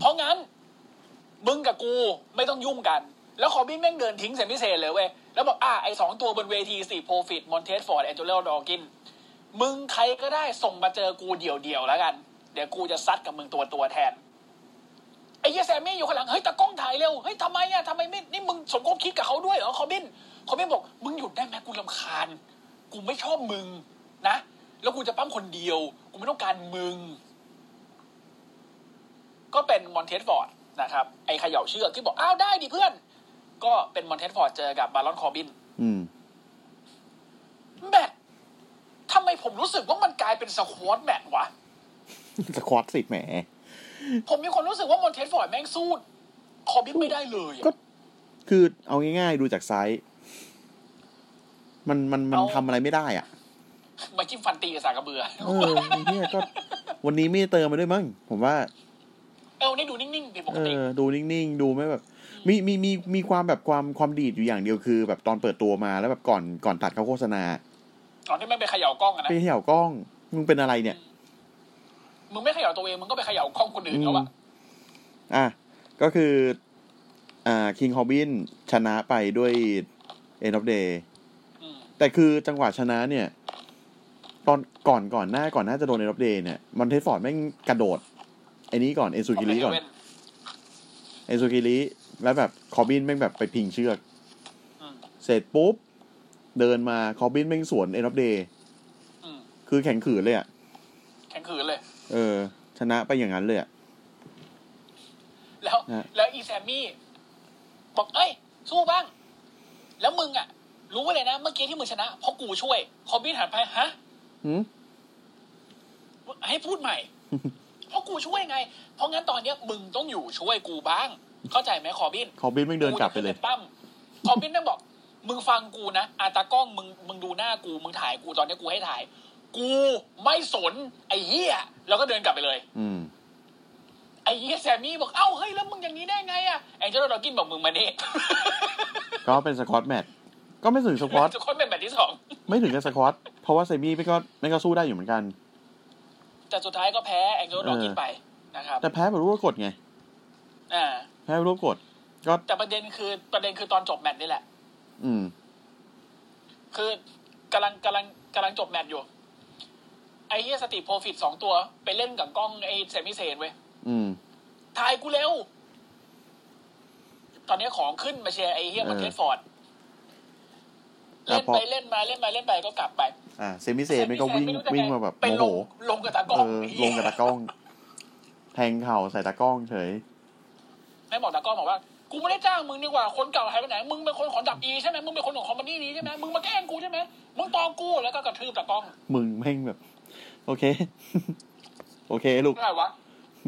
C: เพราะงั้น มึงกับกูไม่ต้องยุ่งกัน แล้วคอร์บินแม่งเดินทิ้งเซมิเซนเลยเว้ย แล้วบอกอ่ะไอสองตัวบนเวทีสี่โปรฟิตมอนเทสฟอร์ดแอนเจลดอกิน มึงใครก็ได้ส่งมาเจอกูเดี่ยวๆแล้วกัน เดี๋ยวกูจะซัดกับมึงตัวตัวๆแทน ไอ้เหี้ยแซมมี่อยู่ข้างหลัง เฮ้ยตากล้องถ่ายเร็ว เฮ้ยทำไมอ่ะทำไมไม่ นี่มึงสมคบคิดกับเขาด้วยเหรอคอร์บินคอร์บินบอก มึงหยุดได้ไหมกูลำคาญ กูไม่ชอบมึงนะ แล้วกูจะปั้มคนเดียว กูไม่ต้องการมึง ก็เป็นมอนเทสฟอร์ดนะครับ ไอ้เขย่าเชือกที่บอก อ้าวได้ดิเพื่อน ก็เป็นมอนเทสฟอร์ดเจอกับบารอนคอร์บิน
B: อืม
C: แมททำไมผมรู้สึกว่ามันกลายเป็นสควอตแมทวะ
B: สควอตสิแหม
C: ผมมีความรู้สึกว่ามอนเทสฟอร์ดแม่งสู้คอร์บินไม่ได้เลยอะ
B: ก็ คือเอาง่ายๆ ดูจากไซส์มันมันมัน
C: เอา
B: ทำอะไรไม่ได้อ่ะ
C: มาจิ้มฟันตีกับสากกระเบือ
B: เออไอ้เนี่ยก็ วันนี้ไม่ได้เติมมาด้วยมั้งผมว่า
C: เออนี่ดูนิ่งๆผิดป
B: เอก
C: ติ [laughs]
B: อ ดูนิ่งๆ ดูไม่แบบ มีมีมีมีความแบบความความดีดอยู่อย่างเดียวคือ แบบตอนเปิดตัวมาแล้วแบบก่อนก่อนตัดเขาโฆษณา
C: ตอนที่แม่งไปเขย่ากล้องอะนะ
B: ไปเหี่ยวกล้อง มึงเป็นอะไรเนี่ย
C: มึงไม่เขย่าตัวเอง มึงก็ไปเขย่ากล้องคนอื่นแล้วอะ
B: อ่ะ ก็คือ อ่าคิงฮอบินชนะไปด้วยเอ็นอ f เดย์
C: อืม
B: แต่คือจังหวะชนะเนี่ย ตอนก่อนก่อนหน้าก่อนหน้าจะโดนเอ็นอ f เดย์เนี่ยมอนเทสฟอร์ดแม่งกระโดด ไอ้นี้ก่อน เอนซูกิริก่อน
C: เว้น
B: เอนซูกิริแล้วแบบคอบินแม่งแบบไปพิงเชือก
C: อืม
B: เสร็จปุ๊บ เดินมาคอบินแม่งสวนเอ็นอ f เดย์
C: อืม
B: คือแข่งขืนเลยอ่ะ
C: แข็งขืนเลย
B: เออ ชนะไปอย่างนั้นเลยอ่ะ
C: แล้ว
B: ฮะ
C: แล้วอีแซมมี่บอกเอ้ย สู้บ้าง แล้วมึงอะรู้ไว้เลยนะ เมื่อกี้ที่มึงชนะ เพราะกูช่วย คอร์บินหันไปฮะ
B: หืม
C: ให้พูด
B: [laughs]
C: ใหม่ เพราะกูช่วยไง เพราะงั้นตอนเนี้ยมึงต้องอยู่ช่วยกูบ้าง เข้าใจไหมคอร์บิน
B: คอบินแม่งเดินกลับไปเลย
C: ปั้มคอมบินแม่งบอก มึงฟังกูนะอาตากล้องมึงมึงดูหน้ากู มึงถ่ายกูตอนนี้กูให้ถ่าย กูไม่สน ไอ้เหี้ยแล้วก็เดินกลับไปเลย
B: อืม
C: ไอ้เหี้ยแซมมี่บอกเอ้าเฮ้ยแล้วมึงอย่างนี้ได้ไงอะแองเจลดอกินบอกมึงมาเนี่
B: ก็เป็นสควอตแมตช์ก็ไม่ถึงสควอต
C: [laughs] ทุกคนเป็นแบบที่สอง
B: ไม่ถึงกับสควอต เพราะว่าเซมี่ไม่ก็ไม่ก็สู้ได้อยู่เหมือนกัน
C: แต่สุดท้ายก็แพ้แองเจลดอกิน
B: เออ
C: ไปนะครับ
B: แต่แพ้แบบรูปกดไง
C: อ่า
B: แพ้แบบรูปกด ก็
C: แต่ประเด็นคือประเด็นคือตอนจบแมตช์นี่แหละ
B: อืม
C: คือกำลังกำลังกำลังจบแมตช์อยู่ ไอ้เหี้ยสติโปรฟิตสองตัวไปเล่นกับกล้องไอ้เซมิเซนเว้ย
B: อืม
C: ถ่ายกูเร็ว ตอนนี้ของขึ้นมาเชียร์ไอ้เฮีย
B: เออ
C: มันเทสฟอร์ด
B: อ่ะ
C: เล่น
B: พอ
C: ไปเล่นมาเล่นมาเล่นไปก็กลับไป
B: อ่า เซมิเซไม่ก็วิ่ง
C: ไรู้จะไ
B: วิ่งมาแบบ
C: ไป
B: โม
C: ล
B: โห
C: งลงกับตากล้อ
B: เอง อ ลงกับตากล้อง แทงเข่าใส่ตากล้องเฉย
C: ไม่บอกตากล้องบอกว่า กูไม่ได้จ้างมึงดีกว่า คนเก่าหายไปไหน มึงเป็นคนของดับอีใช่ไหมมึงเป็นคนของคอมมานี่นี้ใช่ไหมมึงมาแกล้งกูใช่ไหมมึงตองกูแล้วก็กระทืบตากล้อง
B: มึงแม่งแบบ โอเค [laughs] โอเคลูก
C: อะไรวะ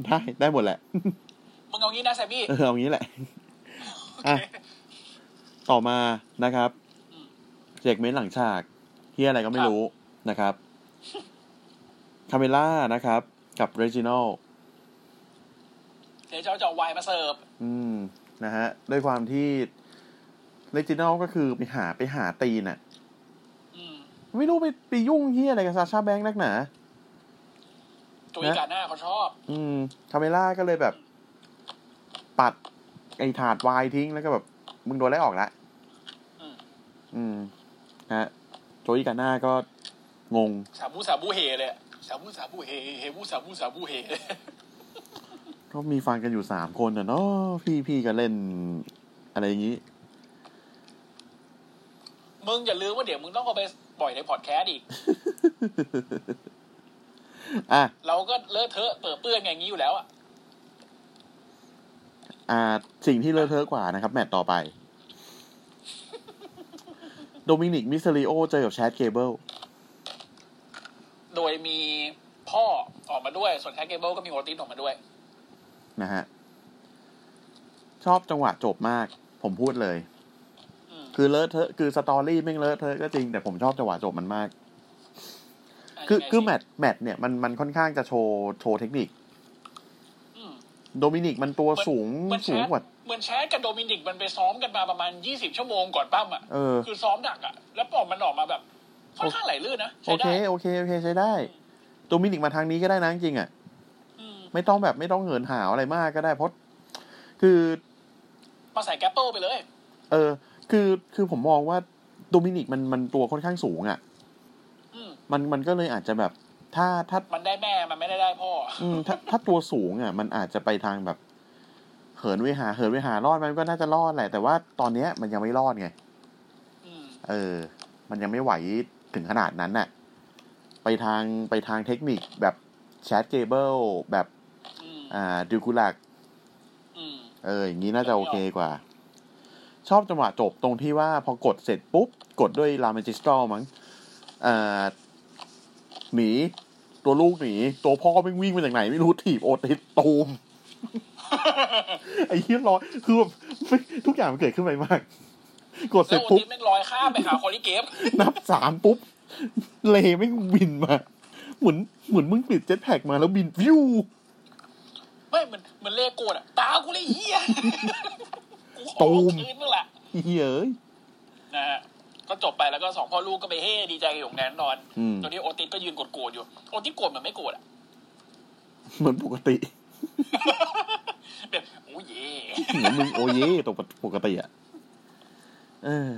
B: ได้ได้หมดแหละ [laughs]
C: มึงเอางี้นะแซมบี้
B: เออเอางี้แหละ อ่ะ ต่อมานะครับเจกเมนต์หลังฉากเฮียอะไรก็ไม่รู้นะครับ คาเมล่านะครับ กับเรจิโนล
C: เดี๋ยวจะเอาจอวายมาเสิร์ฟ
B: อืม นะฮะ ด้วยความที่เรจิโนลก็คือไปหาไปหาตีนอะ
C: อืม
B: ไม่รู้ไปไปยุ่งเฮียอะไรกับซาชาแบงค์นักหนา
C: จุยกาหน้าเขาชอบ
B: อืม คาเมล่าก็เลยแบบ ปัด ไอ้ถาดวายทิ้งแล้วก็แบบ มึงโดนไล่ออกละ
C: อืม
B: อืมนะฮะโจยกาน่าก็งง
C: สาบูสาบูเฮเลยอะสาบูสาบูเฮเฮบูสาบูสาบูเฮเลย
B: ก็มีฟังกันอยู่สามคนนะเนาะพี่พี่ก็เล่น อะไรอย่างนี้
C: มึงอย่าลืมว่าเดี๋ยวมึงต้องเอาไปปล่อยในพอดแคสต์อีก
B: อ่ะ
C: เราก็เลอะเทอะเปื้อะเปื้อนอย่างนี้อยู่แล้วอ่ะ
B: อ่า สิ่งที่เลอะเทอะกว่านะครับ แมตต์ต่อ
C: [laughs]
B: ไป โดมินิกมิสเตอริโอเจอกับแชทเคเบิล
C: โดยมีพ่อออกมาด้วย ส่วนแคทเกเบิลก็มีโอติสออกมาด้วย
B: นะฮะ ชอบจังหวะจบมาก ผมพูดเลย
C: อืม
B: คือเลอะเทอะคือสตอรี่แม่งเลอะเทอะก็จริงแต่ผมชอบจังหวะจบมันมาก
C: น
B: คือ
C: นี้ไง
B: คือแมตช์แมตช์เนี่ยมันมันค่อนข้างจะโชว์โชว์เทคนิค
C: อืม
B: โดมินิกมันตัวสูง
C: เหมือนแช
B: สูง
C: ท
B: กว่า
C: เหมือนแชทกับโดมินิกมันไปซ้อมกันมาประมาณยี่สิบชั่วโมงก่อนปั้มอ่ะ
B: เออ
C: คือซ้อมหนักอ่ะ แล้วปอมมันออกมาแบบค่อนข้างไหลลื่นนะ
B: โอ
C: ใช้
B: เค
C: ได้
B: โอเคโอเคใช้ได้ โดมินิกมาทางนี้ก็ได้นะจริงๆอ่ะ
C: อืม
B: ไม่ต้องแบบไม่ต้องเหินหาวอะไรมากก็ได้เพราะคือ
C: มาใส่แกปเปิลไปเลย
B: เออคือคือผมมองว่าโดมินิกมันมันตัวค่อนข้างสูงอะ่ะ
C: อืม
B: มันมันก็เลยอาจจะแบบถ้าถ้า
C: มันได้แม่มันไม่ได้ได้พ่อ
B: อืมถ้าถ้าตัวสูงอะ่ะ มันอาจจะไปทางแบบเหินเวหาเหินเวหารอดมันก็น่าจะรอดแหละแต่ว่าตอนเนี้ยมันยังไม่รอดไง
C: อืม
B: เออ มันยังไม่ไหวถึงขนาดนั้นน่ะ ไปทางไปทางเทคนิคแบบแชทเกเบิลแบบ
C: อืม
B: อ่าดิวกูลัก
C: อืม
B: เออ อย่างนี้น่าจะโอเคกว่า ชอบจังหวะจบตรงที่ว่าพอกดเสร็จปุ๊บ กดด้วยลาเมจิสตอลมั้งเอ่อหนีตัวลูกหนี ตัวพ่อไม่งวิ่งมาจากไหน ไม่รู้ถีบโอติสตูม [laughs] ไอ้เหี้ยร้อยคือแบบไม่ทุกอย่างมันเกิดขึ้นไวมาก กดเส
C: แล้
B: ร็
C: ว
B: จ
C: โอ
B: ปุ๊บ
C: ติสแม่งลอยข้ามไปหาคอลิเกฟ
B: นับสามปุ๊บ เลไม่งบินมา เหมือนเหมือนมึงปิดเจ็ตแพ็กมาแล้วบินวิว
C: ไม่เหมือนเหมือนเลโกดอะตากูเลยเฮียกูขอ
B: ตูม
C: คืนนั่นแหละ
B: เฮ้ย
C: นะฮะก็จบไปแล้วก็สองพ่อลูกก็ไปเฮ่ดีใจกันอยู่ตรงนั้นนอน
B: อืม
C: ตอนนี้โอติสก็ยืนโกรธๆอยู่ โอติสโกรธเหมือนไม่โกรธอะ [laughs]
B: เหมือนปกติ
C: แบบโอ้เย่
B: เหมือนมึงโอเย่ตกปกติอ่ะ เออ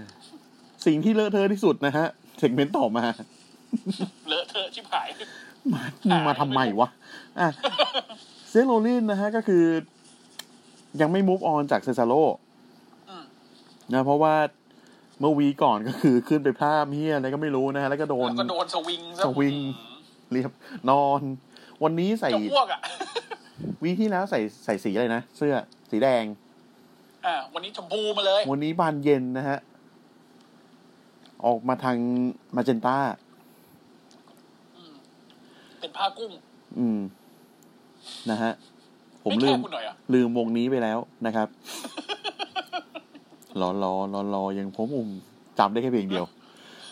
B: สิ่งที่เลอะเทอะที่สุดนะฮะเซกเมนต์ต่อมา
C: เลอะเทอะชิบหาย
B: มามึงมาทำไมวะ อ่ะ เซโรลินนะฮะ ก็คือ ยังไม่มูฟออนจากเซซาโล
C: อืม
B: นะเพราะว่าเมื่อวีก่อนก็คือขึ้นไปพลาดเฮียอะไรก็ไม่รู้นะฮะ แล้วก็โดน
C: แล้วก็โดนสวิงซะ
B: สวิง เรียบนอน วันนี้ใส่
C: จะอ้วกอ่ะ [laughs]
B: วีที่แล้วใส่ใส่สีอะไรนะ เสื้อสีแดง
C: อ่า วันนี้ชมพูมาเลย
B: [laughs] วันนี้บานเย็นนะฮะ ออกมาทางมาเจนต้า
C: เป็นผ้ากุ้ง
B: อืม นะฮะ ผม
C: ไม่
B: ลื
C: แค่
B: ม
C: คุณหน่อยเหรอ่ะ
B: ลืมวงนี้ไปแล้วนะครับ [laughs] รอรอรอรอยังผมอุ่มจำได้แค่เพียงเดียว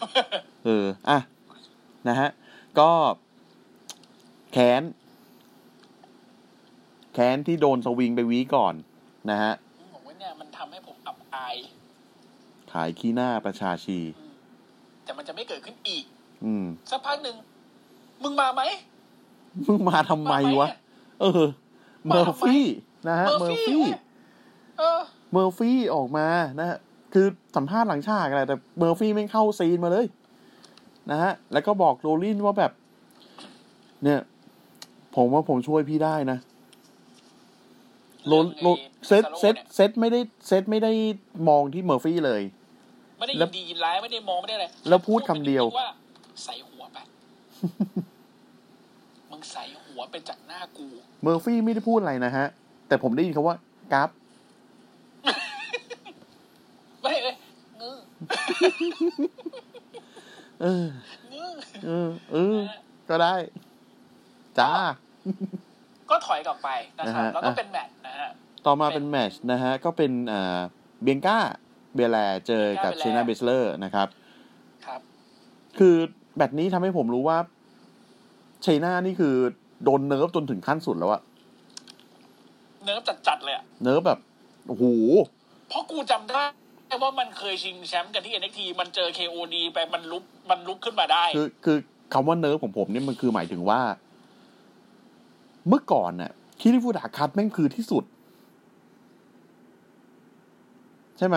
C: [laughs]
B: เออ อ่ะ นะฮะ ก็แค้น แค้นที่โดนสวิงไปวีก่อน นะฮะ
C: ผมว่าเนี่ยมันทำให้ผมอับอาย
B: ขายขี้หน้าประชาชี
C: แต่มันจะไม่เกิดขึ้นอีก
B: อืม [laughs]
C: สักพักหนึ่ง มึงมาไหม
B: มึงมาทำไมวะ เออ เมอร์ฟี่ นะฮะ เมอร์ฟี่
C: เว้ยเออ
B: เมอร์ฟี่ออกมานะฮะคือสัมภาษณ์หลังฉากอะไรแต่เมอร์ฟี่ไม่งเข้าซีนมาเลย นะฮะ แล้วก็บอกโรลลินว่าแบบ เนี่ย ผมว่าผมช่วยพี่ได้นะโรลโรลเซตเซตเซตไม่ได้เซตไม่ได้มองที่เมอร์ฟี่เลย
C: ไม่ได้
B: แล้
C: ยิ
B: วน
C: ดียินร้ายไม่ได้มองไม่ได้อะไร
B: แล้วพูดคำเดียว
C: พูว่า ใส่หัว
B: [laughs]
C: ไป มึงใส่หัวไปจากหน้ากู
B: เมอร์ฟี่ไม่ได้พูดอะไรนะฮะ แต่ผมได้ยินคำว่ากับ
C: ไม่เอ้ยงื้อ
B: เออ
C: งื้อ
B: เออ เออ ก็ได้ จ้า
C: ก็ถอยกลับไปนะครั
B: นะ
C: บ
B: ฮะ
C: แล้วก็เป็นแมตช์นะฮะ
B: ต่อมาเป็นแมตชนะฮะ ก็เป็นอ่าเบียงก้าเบลแลเจอกับเช
C: เบียงก้า
B: นา
C: เบลแล
B: เบสเลอร์นะครับ
C: ครับ
B: คือแบบนี้ทำให้ผมรู้ว่าเชน่านี่คือโดนเนิร์ฟจนถึงขั้นสุดแล้วอะ
C: เนิร์ฟจัดๆเลยอะ
B: เนิร์ฟแบบโอ้โห
C: เพราะกูจำได้ว่ามันเคยชิงแชมป์กันที่ NXT มันเจอ KOD ไปมันลุกมันลุกขึ้นมาได้
B: คือคือคำว่าเนิร์ฟของผมเนี่ยมันคือหมายถึงว่า เมื่อก่อนน่ะคิริฟูดะคัตแม่งคือที่สุด ใช่ไหม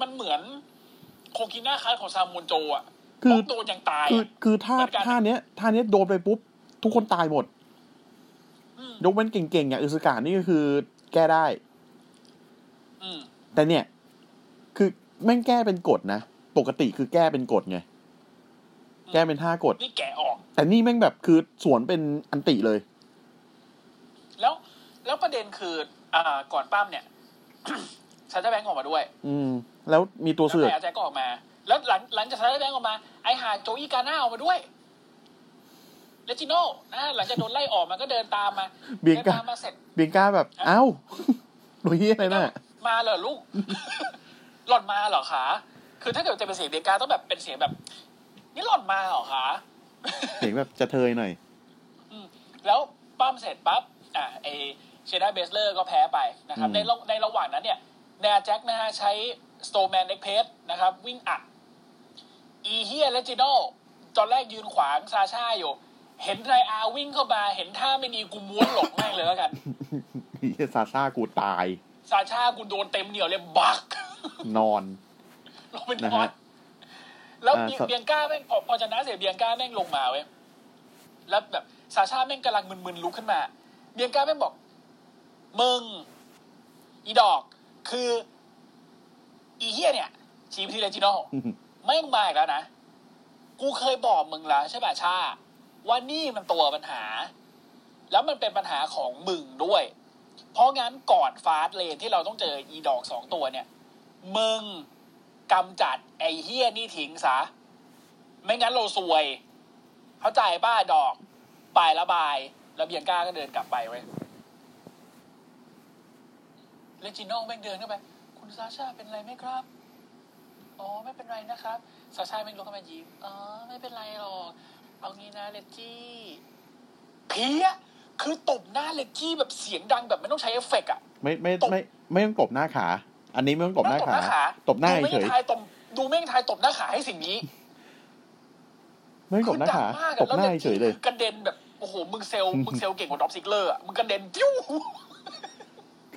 C: มันเหมือนโคกิน่าคัสของซามูนโจอะ
B: คือ
C: โดนยังตาย
B: คือ
C: อะ
B: คือท่า
C: เหมือนกัน
B: ท่าเนี้ยท่าเนี้ยโดนไปปุ๊บ ทุกคนตายหมด
C: ม
B: ยกเว้นเก่งๆอย่างอุสกานี่ก็คือแก้ได้
C: อืม
B: แต่เนี่ย คือแม่งแก้เป็นกฎนะ ปกติคือแก้เป็นกฎไง
C: อืม
B: แก้เป็นท่ากฎ
C: นี่แกะออก
B: แต่นี่แม่งแบบคือสวนเป็นอันติเลย
C: แล้วแล้วประเด็นคือ อ่า ก่อนปั้มเนี่ย [coughs] ชัตเตอร์แบงค์ออกมาด้วย
B: อืม แล้วมีตัว
C: แล้
B: [coughs]
C: ว
B: เสือก
C: แต่อาจารย์ก็ออกมา แล้วหลังหลังจากชัตเตอร์แบงค์ออกมา ไอหาโจอีกาน่าออกมาด้วยเลจิโน่นะหลังจากโดนไล่ออกมันก็เดินตามมา
B: เบียง
C: เดิน
B: ก้า
C: ตามมาเสร็จ
B: เบียงก้าแบบ เอ้า [laughs] หนุ่ยอะไรน่ะ
C: มาเหรอลูก [laughs] หล่อนมาเหรอคะคือถ้าเกิดจะเป็นเสียงเบียงกาต้องแบบเป็นเสียงแบบ นี่หล่อนมาเหรอคะ
B: เสียงแบบจะเทยหน่อย
C: แล้วปั้มเสร็จปั๊บ อ่ะไอเชด้าเบสเลอร์ก็แพ้ไปนะครับ
B: อืม
C: ในระในระหว่างนั้นเนี่ยแนร์แจ็คนะฮะใช้สโตแมนเอ็กเพสนะครับ วิ่งอัด อีเฮียและจิโน่ตอนแรกยืนขวางซาชาอยู่ เห็นไรอาวิ่งเข้ามา เห็นท่าไม่ดีกูม้วนหลบแม่งเลยแล้วกัน [laughs]
B: เหียซาซ่ากูตาย
C: ซาชากูโดนเต็มเหนียวเลยบัก
B: นอน [laughs]
C: ลงไปน
B: นะ
C: อน
B: ฮะ
C: แล้ว
B: อ่า
C: เบีย
B: ส
C: เบียงก้าแม่งพอพอชนะเสร็จเบียงก้าแม่งลงมาเว้ย แล้วแบบซาชาแม่งกำลังมึนๆลุกขึ้นมา เบียงก้าแม่งบอก มึง อีดอก คือ อีเฮียเนี่ย ชี้ไปที่เรจิโน่แม่งมาอีกแล้วนะ กูเคยบอกมึงแล้วใช่ป่ะชา ว่านี่มันตัวปัญหา แล้วมันเป็นปัญหาของมึงด้วย เพราะงั้นก่อนฟาสต์เลนที่เราต้องเจออีดอกสองตัวเนี่ย มึงกำจัดไอ้เฮี้ยนี่ทิ้งซะ ไม่งั้นเราซวย เข้าใจป้าดอกปลายละบาย แล้วเบียงก้าก็เดินกลับไปเว้ยเลจิโน่แม่งเดินเข้าไป คุณซาชาเป็นไรไหมครับ อ๋อ ไม่เป็นไรนะครับ ซาชาแม่งลุกขึ้นมายิ้มอ๋อ ไม่เป็นไรหรอก เอางี้นะเลจี้เพี้ย คือตบหน้าเลจี้แบบเสียงดังแบบไม่ต้องใช้เอฟเฟกต์อะ
B: ไม่ไม่
C: ตบ
B: ไม่ไม่ต้องตบหน้าขา อันนี้ไม่ต้องตบหน้าขา ตบหน้า
C: ดู
B: เฉ
C: แม่
B: ย
C: งทายตบดูแม่งทายตบหน้าขาให้สิ่งนี้
B: ๆไม่ต้องตบหน้าขา
C: คือดังมกอะ
B: ตบหน้า
C: แว
B: เฉยๆเลย
C: คือกระเด็นแบบโอ้โหมึงเซลล์มึงเซลล์เก่งกว่าดรอปซิกเลอร์อะมึงกระเด็นจิ้ว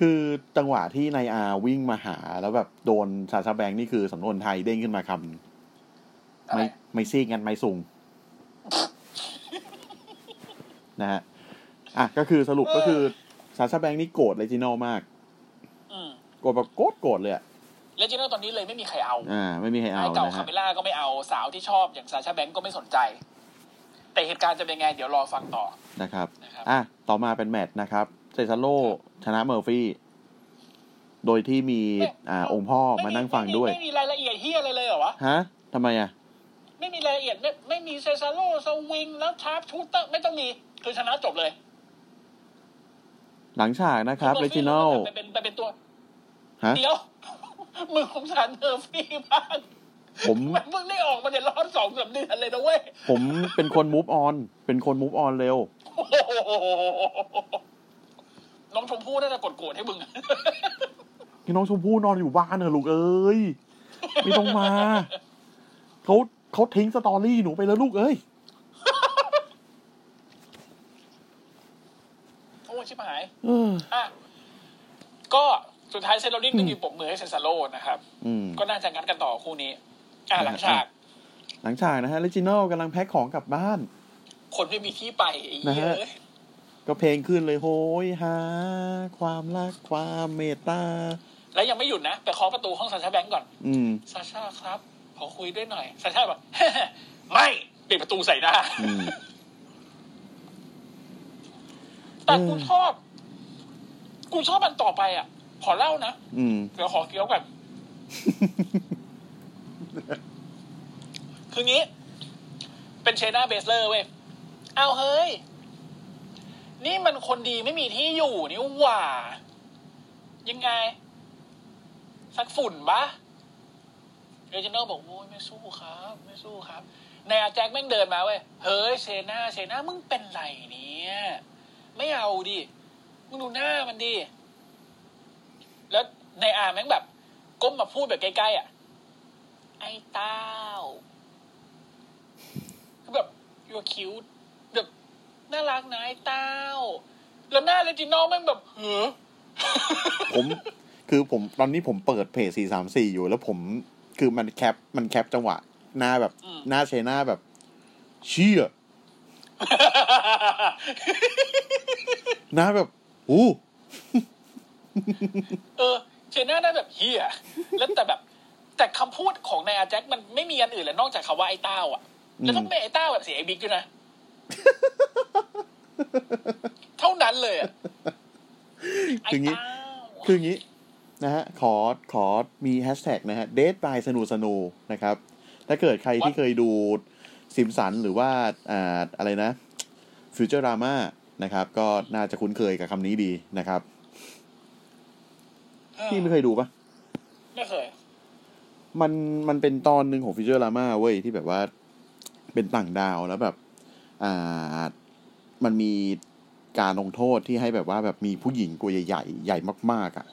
B: คือจังหวะที่นายอาวิ่งมาหาแล้วแบบโดนซาซาแบงค์นี่คือสำนวนไทยเด้งขึ้นมาคำหนึ่ง
C: อะไร
B: ไม่ไม่ซีกันไม่ซุงนะฮะอ่ะก็คือสรุปก็คือซาซาแบงค์นี่โกรธเลจิโน่มาก
C: อืม
B: โกรธแบบโกรธโกรธเลยอะ
C: เลเจนด์ตอนนี้เลยไม่มีใครเอา
B: อ่า ไม่มีใครเอา
C: ไอ้เก่า
B: นะ
C: คา
B: ฮะ
C: เมล่าก็ไม่เอาสาวที่ชอบอย่างซาชาแบงก์ก็ไม่สนใจ แต่เหตุการณ์จะเป็นไง เดี๋ยวรอฟังต่อ
B: นะครับ
C: นะครับ
B: อ่ะ ต่อมาเป็นแมตช์นะครับ เซซาโลชนะเมอร์ฟี่ โดยที่มี
C: ไม่
B: อ่าองค์พ่อมานั่งฟังด้วย
C: ไม่มีรายละเอียดเฮียอะไรเลยเหรอวะ
B: ฮะทำไมอ่ะ
C: ไม่มีรายละเอียดไม่ไม่มีเซซาโลสวิงแล้วชาร์ปชูเตอร์ไม่ต้องมีคือชนะจบเลย
B: หลังฉากนะครับ
C: เม
B: เร
C: อฟี่
B: จิโน่
C: ไปเป็นไปเป็นตัว
B: ฮะ
C: เดี๋ยว [laughs] มึงของฉันเธอฟรีบ้าง
B: ผม
C: มันมึงได้ออกมาในรอบสองสามเดือนเลยนะเว้ย
B: ผ
C: [laughs]
B: มเป็นคนมูฟออน เป็นคนมูฟออนเร็ว
C: โอ้โหน้องชมพู่น่าจะกดโกรธให้มึง [laughs]
B: พี่น้องชมพู่นอนอยู่บ้านเถอะลูกเอ้ย ไม่ต้องมา เขาเขาทิ้งสตอรี่หนูไปแล้วลูกเอ้ย
C: โอ้ชิบหาย
B: เออ
C: อ่ะ ก็สุดท้ายเซนโรลิงก็ยืนปรบมือให้เซนซาโลนะครับ
B: อืม
C: ก็น่าจะงัดกันต่อคู่นี้ อ่ะหลังฉาก
B: หลังฉากนะฮะเรจิโน่กำลังแพ็คของกลับบ้าน
C: คนไม่มีที่ไปไอ้เหี้ยเอ้ย
B: ก็เพลงขึ้นเลยโหยหา ความรักความเมตตา
C: แล้วยังไม่หยุดนะไปเคาะประตูห้องซาชาแบงก์ก่อน
B: อืม
C: ซาชาครับ ขอคุยด้วยหน่อยซาชาบอก [laughs] ไม่ปิดประตูใส่หน้า
B: อืม
C: แต่
B: เออ
C: กูชอบ กูชอบมันต่อไปอ่ะ ขอเล่านะ
B: อืม
C: เดี๋ยวขอเคี้ยวก่อน คืองี้ เป็นเชน่าเบสเลอร์เว้ย เอาเฮ้ย นี่มันคนดีไม่มีที่อยู่นี่หว่า ยังไง สักฝุ่นปะเรเจเนอร์บอกโอ้ยไม่สู้ครับ ไม่สู้ครับนายอาแจ็คแม่งเดินมาเว้ยเฮ้ยเซนาเซนามึงเป็นไรเนี่ย ไม่เอาดิมึงดูหน้ามันดิแล้วนายอาแม่งแบบ ก้มมาพูดแบบใกล้ๆอ่ะ ไอ้เต้าคือแบบ you are cute แบบน่ารักนะไอ้เต้า แล้วหน้าเลจินอลแม่งแบบเฮ้อ
B: ผมคือผมตอนนี้ผมเปิดเพจสี่สามสี่อยู่แล้วผมคือมันแคปมันแคปจังหวะ หน้าแบบ
C: อืม
B: หน้าเชน่าแบบ เชี่ยหน้าแบบอู้
C: [laughs] เออเชน่าได้แบบเฮียแล้วแต่แบบ แต่คำพูดของนายอาแจ็คมันไม่มีอันอื่นแล้วนอกจากคำว่าไอ้เต้าอ่ะ
B: อื
C: แล้ว
B: ม
C: ต้องเป็นไอ้เต้าแบบเสียไอ้บิ๊กด้วยนะ [laughs] เท่านั้นเลยอะไอ้
B: คืองี้
C: เต้า
B: คืองี้นะฮะขอขอมีแฮชแท็กนะฮะเดทบายสนูสนูนะครับ ถ้าเกิดใครที่เคยดูซิมสันหรือว่าอ่าอะไรนะฟิวเจอรามานะครับ ก็น่าจะคุ้นเคยกับคำนี้ดีนะครับ
C: เออ
B: พี่ไม่เคยดูปะ
C: ไม่เคย
B: มันมันเป็นตอนหนึ่งของฟิเจอร์ลามาเว้ย ที่แบบว่าเป็นต่างดาวแล้วแบบ อ่า มันมีการลงโทษที่ให้แบบว่าแบบมีผู้หญิงตัวใหญ่ๆ ใหญ่มากๆอะ่ะ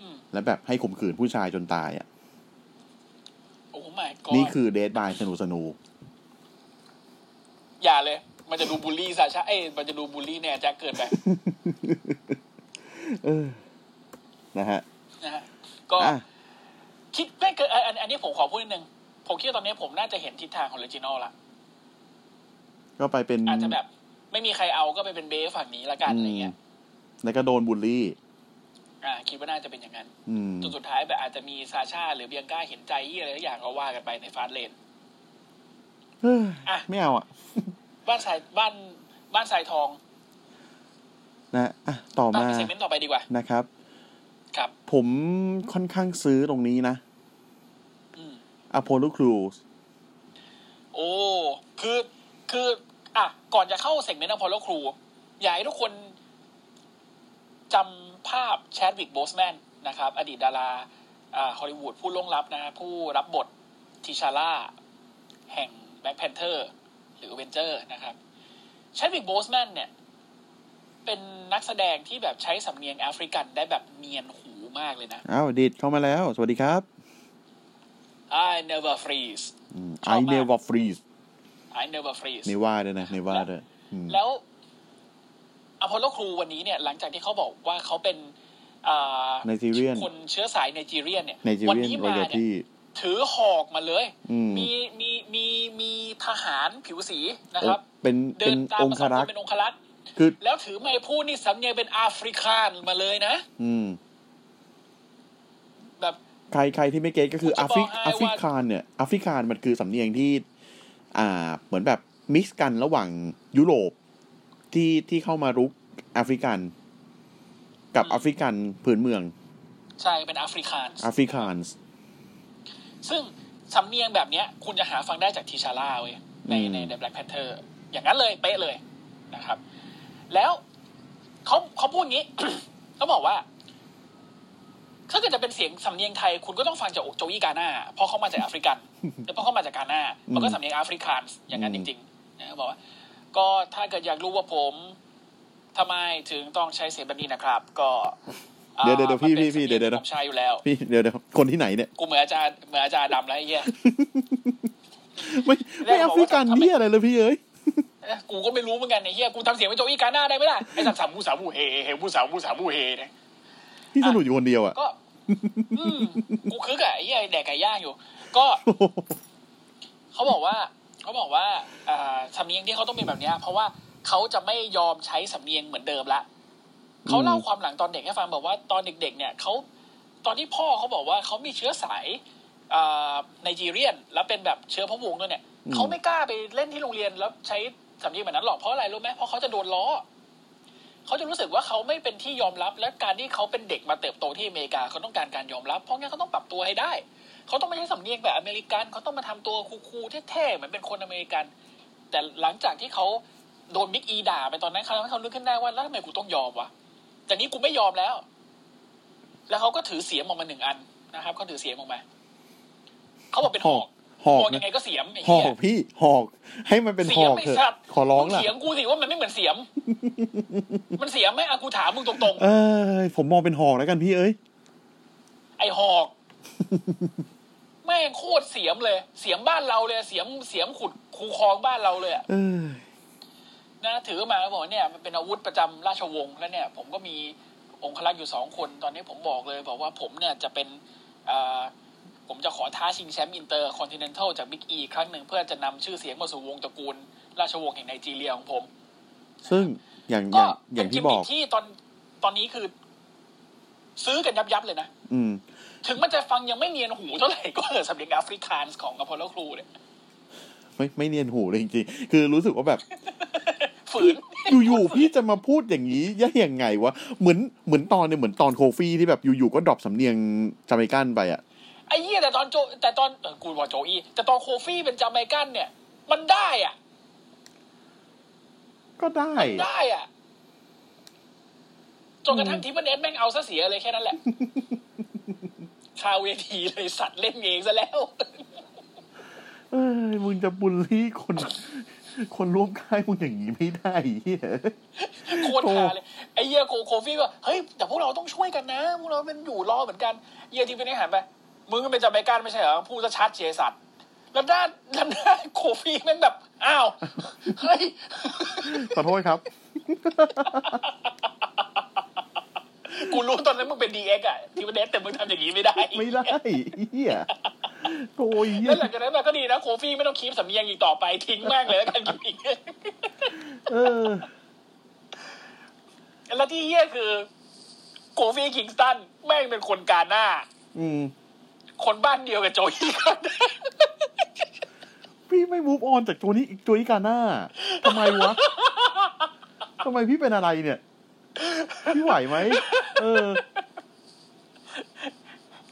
C: อืม
B: แล้วแบบให้ข่มขืนผู้ชายจนตายอะ่ะ
C: โอ้ my god
B: นี่คือเดทบายสนูสนู
C: อย่าเลย มันจะดูบูลลี่ซาชาเอ้ยมันจะดูบูลลี่แน่แจ็คเกินไป
B: เออ นะฮะ
C: นะฮะก็
B: อ่ะ
C: คิดไม่เกินเอ่ออันอันนี้ผมขอพูดนิดนึง ผมคิดว่าตอนนี้ผมน่าจะเห็นทิศทางของเรจิโนละ
B: ก็ไปเป็น
C: อาจจะแบบ ไม่มีใครเอาก็ไปเป็นเบฟฝั่งนี้ละกันอะไรเงี้ย
B: มแล้วก็โดนบูลลี่
C: อ่า คิดว่าน่าจะเป็นอย่างนั้น
B: อืม
C: จนสุดท้ายแบบอาจจะมีซาชาหรือเบียงก้าเห็นใจเหี้ยอะไรสักอย่างก็ว่ากันไปในฟาสต์เลน
B: เฮ้ย
C: อ่ะ
B: ไม่เอาอ่ะ
C: บ้านสายบ้านบ้านสายทอง
B: นะฮะอ่ะ ต่อ
C: บ้าน
B: มา
C: เซกเมนต์ต่อไปดีกว่า
B: นะครับ
C: ครับ
B: ผมค่อนข้างซื้อตรงนี้นะ
C: อืม
B: อโพ l o ครูส
C: โอ้ คือ คือ อ่ะ ก่อนจะเข้าเซกเมนต์อพอลโลครู อยากให้ทุกคนจำภาพแชดวิกโบสแมนนะครับ อดีตดาราอ่าฮอลลีวูดผู้ล่วงลับนะ ผู้รับบททิชาร่า แห่งแบ็ c แพนเทอร์หรือเวนเจอร์นะครับแชดวิกโบสแมนเนี่ย เป็นนักแสดงที่แบบใช้สำเนียงแอฟริกันได้แบบเนียนหูมากเลยนะ
B: อ้าวดิดเข้ามาแล้ว สวัสดีครับ
C: I never freeze
B: ไอเนวาฟรีส
C: I never freeze
B: เนว่าด้วยนะเนว่าด้วยอืม
C: แล้วอพอลโลครูวันนี้เนี่ย หลังจากที่เขาบอกว่าเขาเป็นอ่า
B: ไนจีเรียน
C: คนเชื้อสายไนจีเรียนเนี่ย
B: ไนจี
C: วั
B: เรียน
C: นี้
B: รอ
C: มา
B: ยัล
C: เนี่ย
B: ตี้
C: ถือหอกมาเลย
B: อืม
C: มีมีมีมีทหารผิวสีนะครับ
B: เป็น
C: เดิ
B: เป็น
C: นตาม
B: อง
C: มา
B: ค
C: สอง
B: รัก
C: คน
B: ษ์
C: เป็นองครักษ์
B: คือ
C: แล้วถือไม้พูดนี่สำเนียงเป็นแอฟริกันมาเลยนะ
B: อืม
C: แบบ
B: ใครใครที่ไม่เก็ตก็คือ
C: ผม
B: แอ
C: จะ
B: ฟ
C: บอก
B: ริก
C: ให้ว่า
B: แอฟริกานเนี่ยแอฟริกานมันคือสำเนียงที่ อ่า เหมือนแบบมิกซ์กันระหว่างยุโรปที่ที่เข้ามารุกแอฟริกัน กับแอฟริกันพื้นเมือง
C: ใช่เป็นแอฟริกัน
B: แอฟริกานส์
C: ซึ่งสำเนียงแบบเนี้ย คุณจะหาฟังได้จากทีชาร่าเว้ยใน
B: อืม
C: ใน The Black Panther อย่างนั้นเลยเป๊ะเลยนะครับ แล้วเขาเขาพูดงี้ [coughs] เขาบอกว่า ถ้าเกิดจะเป็นเสียงสำเนียงไทย คุณก็ต้องฟังจากโจยี่กาหน้าเพราะเขามาจากแอฟริ
B: [laughs]
C: กัน แล้วเพราะเขามาจากกาหน้ามันก็สำเนียงแอฟริกันอย่างนั้นจริงๆนะเขาบอกว่า ก็ถ้าเกิดอยากรู้ว่าผมทำไมถึงต้องใช้เสียงแบบนี้นะครับ ก็
B: [laughs]
C: อ่า
B: เดี๋ยวเดี๋ยวเดี๋ยวพี่
C: มันป็น
B: พี่พี่
C: สำนีง
B: เดี๋ยวเดี๋ยว
C: ผมใช้อยู่แล้ว
B: พี่เดี๋ยวเดี๋ยวคนที่ไหนเนี่ย
C: กูเหมือนอาจารย์เหมือนอาจารย์ดำแล้วไอ้เหี้ย
B: ไม่ไม่แอฟริกันเนี่ยอะไรเลยพี่เอ้ย
C: เอ๊ะ [laughs] กูก็ไม่รู้เหมือนกันไอ้เฮียกูทำเสียงเป็นโจอี้กาหน้าได้ไหมล่ะไอ้สามสามผู้สามผู้เฮเฮผู้สามผู้สามผู้เฮเนี่ย
B: พี่สนุกอยู่คนเดียวอ่ะ
C: ก็ อืมกูคึกอะไอ้เฮียแดกไก่ย่างอยู่ ก็เขาบอกว่าเขาบอกว่าอ่าสำเนียงที่เขาต้องเป็นแบบเนี้ย เพราะว่าเขาจะไม่ยอมใช้สำเนียงเหมือนเดิมละเขาเล่าความหลังตอนเด็กให้ฟังบอกว่าตอนเด็ก ๆ เนี่ยเขาตอนที่พ่อเขาบอกว่าเขามีเชื้อสายอ่าไนจีเรียน แล้วเป็นแบบเชื้อพระวงศ์ด้วยเนี่ย
B: อืม
C: เขาไม่กล้าไปเล่นที่โรงเรียนแล้วใช้สำเนียงแบบนั้นหรอกเพราะอะไรรู้ไหมเพราะเขาจะโดนล้อ เขาจะรู้สึกว่าเขาไม่เป็นที่ยอมรับ และการที่เขาเป็นเด็กมาเติบโตที่อเมริกาเขาต้องการการยอมรับ เพราะงั้นเขาต้องปรับตัวให้ได้ เขาต้องไม่ใช่สำเนียงแบบอเมริกันเขาต้องมาทำตัวคูลๆเท่ๆเหมือนเป็นคนอเมริกัน แต่หลังจากที่เขา โดนบิ๊กอีด่าไปตอนนั้นเขาทำให้เขานึกขึ้นได้ว่าแล้วทำไมกูต้องยอมวะแต่นี้กูไม่ยอมแล้ว แล้วเขาก็ถือเสียมออกมาหนึ่งอันนะครับเขาถือเสียมออกมาเขาบอกเป็น
B: ห
C: ห
B: อ
C: อก ก
B: หอก
C: หอกยั
B: นะ
C: งไงก็เสียมไอ้
B: หอ
C: เหี้ย
B: กพี่หอก ให้มันเป็นห
C: เสีย
B: อ
C: ม
B: ก
C: ไอ้
B: เถอะ
C: สัตว์
B: ขอร้อง
C: มึ
B: ล่ะ
C: เสียงกูสิว่ามันไม่เหมือนเสียม มันเสียมไหมอะกูถามมึงตรง
B: เอ้ยผมมองเป็นหอกแล้วกันพี่เอ้ย
C: ๆ ไอหอก แม่งโคตรเสียมเลย เสียมบ้านเราเลย เสียมเสียมขุดคูคลองบ้านเราเลยอะ
B: เอ้ย
C: นะถือมาแล้วบอกว่าเนี่ยมันเป็นอาวุธประจำราชวงศ์แล้วเนี่ย ผมก็มีองครักษ์อยู่สองคน ตอนนี้ผมบอกเลย บอกว่าผมเนี่ยจะเป็นเอ่อผมจะขอท้าชิงแชมป์อินเตอร์คอนติเนนทัลจากบิ๊กอีกครั้งหนึ่งเพื่อจะนำชื่อเสียงมาสู่วงตระกูล ราชวงศ์แห่งไนจีเรียของผม
B: ซึ่งอย่างอ
C: ก็
B: ย่างอ
C: เป็
B: ย่าน งที่
C: กิ
B: บ
C: ม
B: อ
C: มิ
B: ก
C: คที่ตอนตอนนี้คือ ซื้อกันยับยับๆเลยนะ
B: อืม
C: ถึงมันจะฟังยังไม่เนียนหูเท่าไหร่ ก็เออสำเนียงแอฟริกานส์ของอพอลโลครูเนี่ย
B: ไม่ไม่เนียนหูเลยจริงๆ คือรู้สึกว่าแบบ
C: ฝืน
B: อยู่ๆ พี่จะมาพูดอย่างนี้ยะยังไงวะ เหมือนเหมือนตอนเนี่ยเหมือนตอนโคฟี่ที่แบบอยู่ๆ ก็ดรอปสำเนียงจาเมกันไปอ่ะ
C: ไอ้เหี้ยแต่ตอนโจ แต่ตอนเออกูว่าโจอีแต่ตอนโคฟี่เป็นจาไมกันเนี่ย มันได้อ่ะ
B: ก็ได้
C: ได้อ่ะ จนกระทั่งทิปเปอร์เนสแม่งเอาซะเสียเลยแค่นั้นแหละ [laughs] คาเวทีเลยสัตว์เล่นเองซะแล้ว
B: เอ้ยมึงจะบูลลี่คน คนร่วมค่ายมึงอย่างนี้ไม่ได้เหี้ย
C: โคตรฮาเลยไอ้เหี้ยโคโคฟี่ก็เฮ้ยแต่พวกเราต้องช่วยกันนะพวกเราเป็นอยู่รอเหมือนกันเหี้ยที่เป็นอาหารไปมึงก็เป็นจาไมกันไม่ใช่เหรอพูดจะชัดเจสัตว์แล้วด้านแล้วด้านโคฟี่แม่งแบบอ้าวเฮ้ย
B: ขอโทษครับ
C: กูรู้ตอนนั้นมึงเป็นดีเอ็กอะทีวันเดสแต่มึงทำอย่างนี้ไม่ได้
B: ไม่ได้เฮียโอ้ยเหี้ย
C: แล้วหลังจากนั้นมาก็ดีนะโคฟี่ไม่ต้องคีบสำเนียงอีกต่อไปทิ้งแม่งเลย [laughs] แล้วกันกิมอีก
B: เออ
C: แล้วที่เหี้ยคือโคฟี่คิงสตันแม่งเป็นคนกาหน้า
B: อืม
C: คนบ้านเดียวกับโจอี้กาหน้า
B: พี่ไม่มูฟออนจากตัวนี้อีกตัวนี้กาหน้าทำไมวะทำไมพี่เป็นอะไรเนี่ย พี่ไหวไหม เออ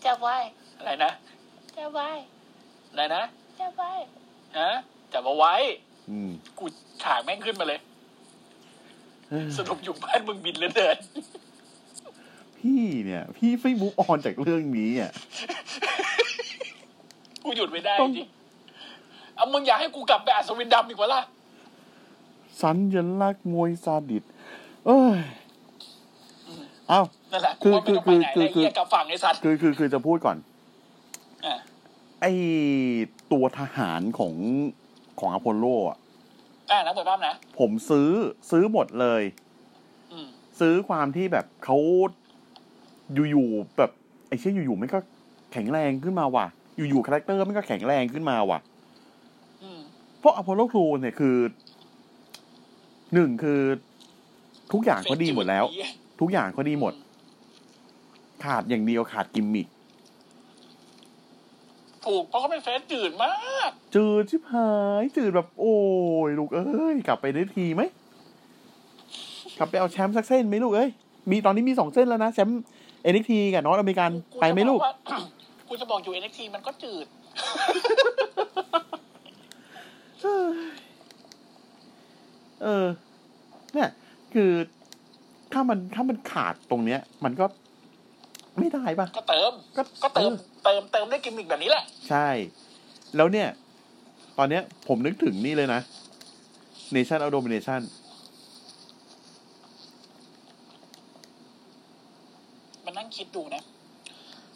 D: จะไหว
C: อะไรนะ
D: จะไหว
C: อะไรนะ
D: จะไหว
C: ฮะจับเอาไว้
B: อืม
C: กูฉากแม่งขึ้นมาเลย
B: เออ
C: สรุปอยู่บ้านมึงบินเหลยเดิน
B: พี่เนี่ย พี่ไม่มูฟออนจากเรื่องนี้อ่ะ
C: กูหยุดไม่ได้
B: ต้อง
C: จริงเอามึงอยากให้กูกลับไปอัศวินดำอีกวะล่ะ
B: สัญลักษณ์มวยซาดิสเอ้ยเอ้า
C: นั่นแหละ
B: คื
C: กู
B: อ
C: ว่าไม่ต้องไปไหน
B: คือคื
C: แล้ว
B: อ
C: เหี้ยกลับฝั่งไอ้สัตว์
B: คือคือคือจะพูดก่อน
C: อ่ะ
B: ไอตัวทหารของของอพอลโลอ่ะ
C: อ่ะนะเปิดภาพนะ
B: ผมซื้อซื้อหมดเลย
C: อืม
B: ซื้อความที่แบบเขาอยู่ๆแบบไอ้เชี่ยอยู่ๆมันก็แข็งแรงขึ้นมาว่ะ อยู่ๆคาแรคเตอร์มันก็แข็งแรงขึ้นมาว่ะ
C: อืม
B: เพราะอพอลโลครูเนี่ยคือหนึ่งคือทุกอย่างเขาดีหมดแล้ว ทุกอย่างเขาดีหมด ขาดอย่างเดียวขาดกิมมิค
C: ถูกเพราะเขาเป็นเฟสจืดมาก
B: จืดชิบหายจืดแบบโอ้ยลูกเอ้ย กลับไปได้ทีไหมกลับไปเอาแชมป์สักเส้นไหมลูกเอ้ยมีตอนนี้มีสองเส้นแล้วนะแชมป์เอ็นิทีกับนอตอเมริกันไปไหมลูก
C: จะบอว่า [coughs] กูจะบอกอยู่เอ็นเอ็กซีมันก็จืด
B: เออเออ เนี่ย คือถ้ามันถ้ามันขาดตรงเนี้ย มันก็ไม่ได้ปะ
C: ก็เติม
B: ก็
C: ก็เติม
B: ออ
C: เติมเติมด้วยกิมมิกแบบนี้แหละ
B: ใช่ แล้วเนี่ย ตอนเนี้ย ผมนึกถึงนี่เลยนะ Nation of Domination
C: มันนั่งคิดดูนะ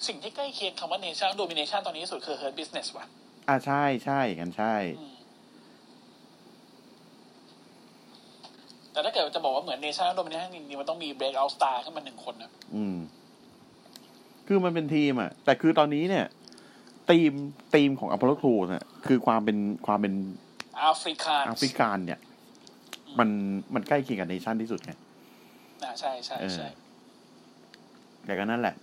C: สิ่งที่ใกล้เคียงคำว่า nation domination ตอนนี้ที่สุดคือ herd business ว่ะ
B: อ่าใช่ใช่กันใช่
C: อืมแต่ถ้าเกิดจะบอกว่าเหมือนเนชั่นโดมิเนชั่นจริงๆมันต้องมีเบรกเอาสตาร์ขึ้นมาหนึ่งคนนะ
B: อืม คือมันเป็นทีมอะแต่คือตอนนี้เนี่ยทีมทีมของอพอลโลครูเนี่ยคือความเป็นความเป็น
C: แอฟริกา
B: แอฟริกันเนี่ย มันมันใกล้เคียงกับเนชั่นที่สุดไง
C: นะใช่ใช่ใช่
B: เออ แต่ก็นั่นแหละ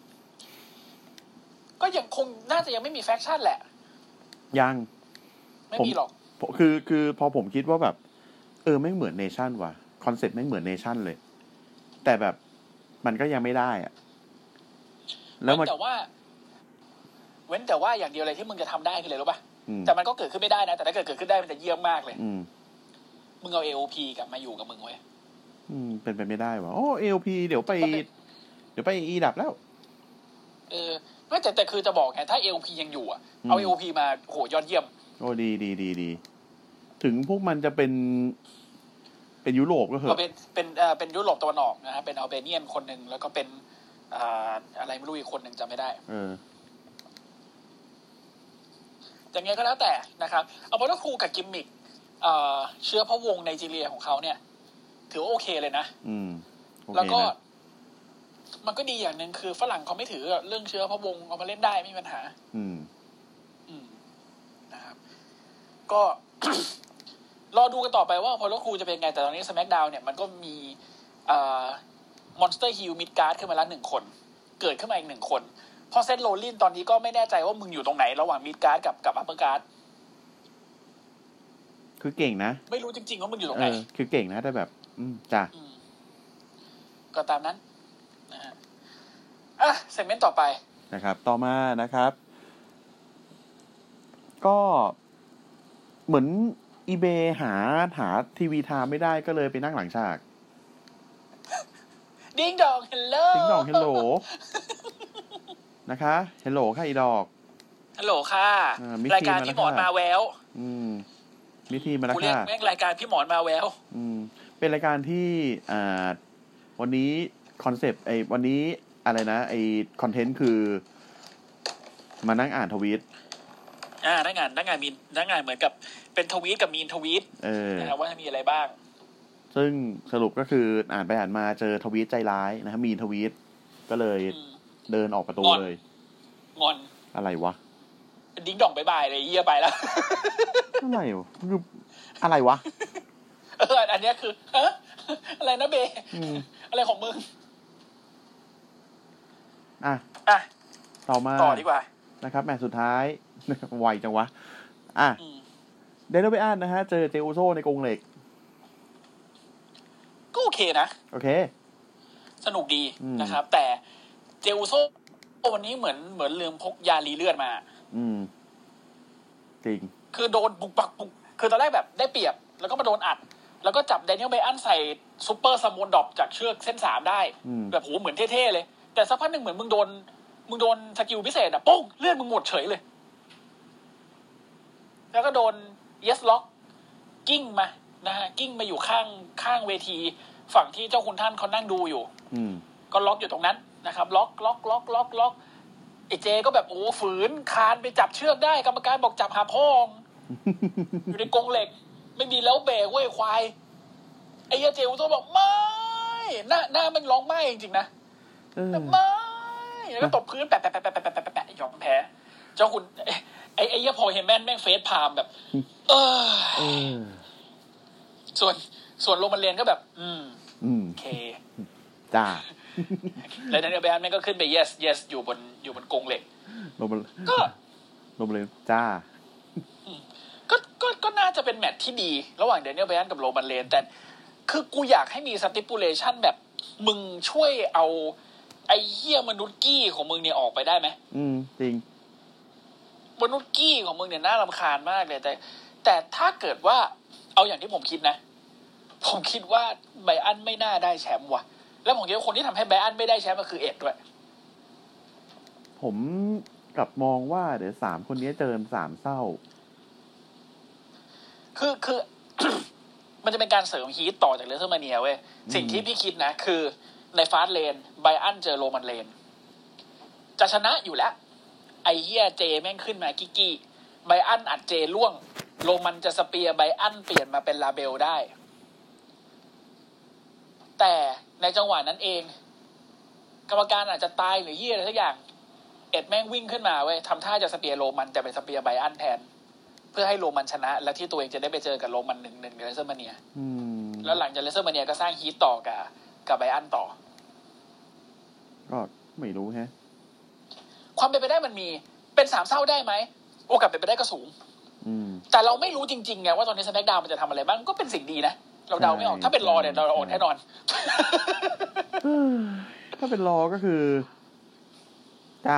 C: ก็ยังคงน่าจะยังไม่มีแฟคชั่นแหละ
B: ยัง
C: ไม่
B: ผม
C: มีหรอก
B: ผมคือคือพอผมคิดว่าแบบ เออไม่งเหมือนเนชั่นว่ะ คอนเซ็ปต์ไม่งเหมือนเนชั่นเลย แต่แบบมันก็ยังไม่ได้อะแล้วมัน
C: แต่ว่า เว้นแต่ว่าอย่างเดียวเลยที่มึงจะทำได้คืออะไรรู้ป่ะ
B: อืม
C: แต่มันก็เกิดขึ้นไม่ได้นะ แต่ถ้าเกิดเกิดขึ้นได้มันจะเยี่ยมมากเลย
B: อืม
C: มึงเอา AOP กลับมาอยู่กับมึงเว้ย
B: อืม เป็นไปไม่ได้วะโอ้เอลพีเดี๋ยวไป
C: ก็เป็น
B: เดี๋ยวไปอีดับแล้ว
C: เออไม่แต่แต่คือจะบอกไงถ้า AOP ยังอยู่อะเอา
B: อืม
C: AOP มาโหยอดเยี่ยม
B: โอ้ดีดีดีดีถึงพวกมันจะเป็น เป็นยุโรปก็เห
C: ก็
B: อะ
C: เป็นเป็นเอ่อเป็นยุโรปตะวันออกนะฮะเป็นอัลเบเนียนคนหนึ่งแล้วก็เป็นอ่าอะไรไม่รู้อีกคนหนึ่งจำไม่ได้
B: เออ
C: แต่ไงก็แล้วแต่นะครับเอาเป็นว่าครูกับกิมมิกเอ่อเชื้อพระวงศ์ไนจีเรียของเขาเนี่ย ถือว่าโอเคเลยนะ
B: อืมโอเค
C: แล้วก็
B: นะ
C: มันก็ดีอย่างหนึ่งคือฝรั่งเขาไม่ถือเรื่องเชื้อพระวงศ์เอามาเล่นได้ไม่มีปัญหา
B: อืม
C: อืมนะครับ ก็ [coughs] รอดูกันต่อไปว่าพอลครูจะเป็นไง แต่ตอนนี้ส c k กดาวเนี่ยมันก็มีมอนสเตอร์ฮิลมิดการ์ดขึ้นมาแล้วหนึ่งคน เกิดขึ้นมาอีกหนึ่งคน พอเซตโรลลินตอนนี้ก็ไม่แน่ใจว่ามึงอยู่ตรงไหน ระหว่างมิดการ์ดกับกับอัปเปอร์การ์ด
B: คือเก่งนะ
C: ไม่รู้จริงๆว่ามึงอยู่ตรง
B: เอ
C: ไหน
B: อ คือเก่งนะแต่แบบ อืมจ้ะ
C: มก็ตามนั้นนะฮะอ่ะเซกเมนต์ต่อไป
B: นะครับ ต่อมานะครับ ก็ เหมือนอีเบหาหาทีวีทามไม่ได้ก็เลยไปนั่งหลังฉาก
C: ดิงดองเฮลโล
B: ติ๊งดองเฮลโหล
C: [laughs]
B: นะคะเฮลโหลค่ะอีดอก
C: ฮัลโหลค่ะ
B: อ่ามิส
C: รายการ
B: ซีนมาแล้ว
C: พี่หมอน
B: ค่ะ
C: มาแวว
B: อืมมิทีมาแล้ว
C: กูเรียก
B: ค่ะ
C: แม่งรายการพี่หมอนมาแวว
B: อืมเป็นรายการที่อ่าวันนี้คอนเซปต์ไอ้วันนี้อะไรนะไอ้คอนเทนต์คือ มานั่งอ่านทวีต
C: อ่าหน้างานหน้างานมีหน้างานเหมือนกับเป็นทวีตกับมีนทวีต
B: เออ
C: นะครับว่ามีอะไรบ้าง
B: ซึ่งสรุปก็คืออ่านไปอ่านมาเจอทวีตใจร้ายนะฮะมีนทวีตก็เลย
C: อืม
B: เดินออกประตู
C: งอน
B: เลย
C: งอน
B: อะไรวะ
C: ดิ้งดองบายบายเลยเยี่ยไป [laughs] แล้ว
B: อะไรวะคืออะไรวะ
C: เอออันเนี้ยคือฮะ [laughs] อะไรนะเบ
B: อืม
C: อะไรของมึง
B: อ่ะ
C: อ่ะ
B: ต่อมา
C: ต่อดีกว่า
B: นะครับแมตช์สุดท้าย [laughs] ไวจังวะ อ่ะ
C: อืม
B: เดนเวอร์อันนะฮะ เจอเจอุโซในกรงเหล็ก
C: ก็โอเคนะ
B: โอเค
C: สนุกดี
B: อืม
C: นะครับ แต่เจลโซวันนี้เหมือนเหมือนลืมพกยารีเลือดมา
B: อืม จริง
C: คือโดนบุกปักบุก คือตอนแรกแบบได้เปรียบ แล้วก็มาโดนอัด แล้วก็จับแดเนียลเบอันใส่ซูเปอร์สมูนดรอปจากเชือกเส้นสามได้
B: อืม
C: แบบโหเหมือนเท่ ๆ เลย แต่สักพักหนึ่งเหมือนมึงโดน มึงโดนสกิลพิเศษอะปุ้งเลือดมึงหมดเฉยเลย แล้วก็โดนเยสล็อก กิ้งมานะฮะกิ้งมาอยู่ข้างข้างเวที ฝั่งที่เจ้าคุณท่านเขานั่งดูอยู่
B: อืม
C: ก็ล็อกอยู่ตรงนั้นนะครับล็อกล็อกล็อกล็อกล็อกไอเจก็แบบโอ้ฝืนคานไปจับเชือกได้กรรมการบอกจับหาพ่อง อยู่ในกรงเหล็ก ไม่มีแล้วเบรกเว้ยควายไอ้เหี้ยเจอุโตบอกไม่หน้าหน้ามันร้องไม่จริงๆนะ
B: เออ
C: แต่ไม่แล้วก็ตบพื้นแปะแปะแปะแปะแปะแปะแปะแปะยอมแพ้ เจ้าคุณไอ้ไอ้เหี้ยพอเฮมแมนแม่งเฟซพามแบบ เออ
B: เออ
C: ส่วนส่วนโรมันเรียนก็แบบ อืม
B: อืม
C: โอเค
B: จ้า
C: แล้วแดเนียลแบรนด์แม่งก็ขึ้นไป yes yes อยู่บนอยู่บนกรงเหล็ก
B: ลม
C: ก็
B: ลมเลยจ้า
C: ก็ก็ก็น่าจะเป็นแมตช์ที่ดี ระหว่างเดนเนียลไบรอันกับโรมันเลน แต่คือกูอยากให้มีสติปูเลชันแบบมึงช่วยเอาไอ้เหี้ยมนุษย์กี้ของมึงเนี่ยออกไปได้ไหม
B: อืม จริง
C: มนุษย์กี้ของมึงเนี่ยน่ารำคาญมากเลยแต่ แต่ถ้าเกิดว่าเอาอย่างที่ผมคิดนะ ผมคิดว่าไบรอันไม่น่าได้แชมป์ว่ะ แล้วผมคิดว่าคนที่ทำให้ไบรอันไม่ได้แชมป์ก็คือเอ็ดด้วย
B: ผมกลับมองว่าเดี๋ยวสามคนนี้เจอสามเศร้า
C: คือคือ [coughs] มันจะเป็นการเสริมฮีทต่อจากเลเซอร์มาเนียเว้ยสิ่งที่พี่คิดนะ คือในฟาสต์เลนไบอันเจอโรมันเลน จะชนะอยู่แล้ว ไอเฮียเจแม่งขึ้นมากิกกี้ไบอันอัดเจล่วง โรมันจะสเปียร์ไบอันเปลี่ยนมาเป็นลาเบลได้ แต่ในจังหวะนั้นเอง กรรมการอาจจะตายหรือเฮียอะไรสักอย่าง เอ็ดแม่งวิ่งขึ้นมาเว้ยทำท่าจะสเปียร์โรมันแต่เป็นสเปียร์ไบอันแทน เพื่อให้โรมันชนะ และที่ตัวเองจะได้ไปเจอกับโรมันหนึ่งหนึ่งในเลเซอร์มาเนีย
B: อืม
C: แล้วหลังจากเลเซอร์มาเนียก็สร้างฮีตต่อกับกับไบอันต่อ
B: ก็ไม่รู้แฮะ
C: ความเป็นไปได้มันมีเป็นสามเศร้าได้ไหมโอกาสเป็นไปได้ก็สูง
B: อืม
C: แต่เราไม่รู้จริงๆไงว่าตอนนี้สแน็กดาวมันจะทำอะไรบ้างก็เป็นสิ่งดีนะ เราเดาไม่ออก
B: ใช่
C: ถ้าเป็นรอเนี่ยเราอดแน่นอน [laughs]
B: เอ้ย [sighs] ถ้าเป็นรอก็คือ จ้า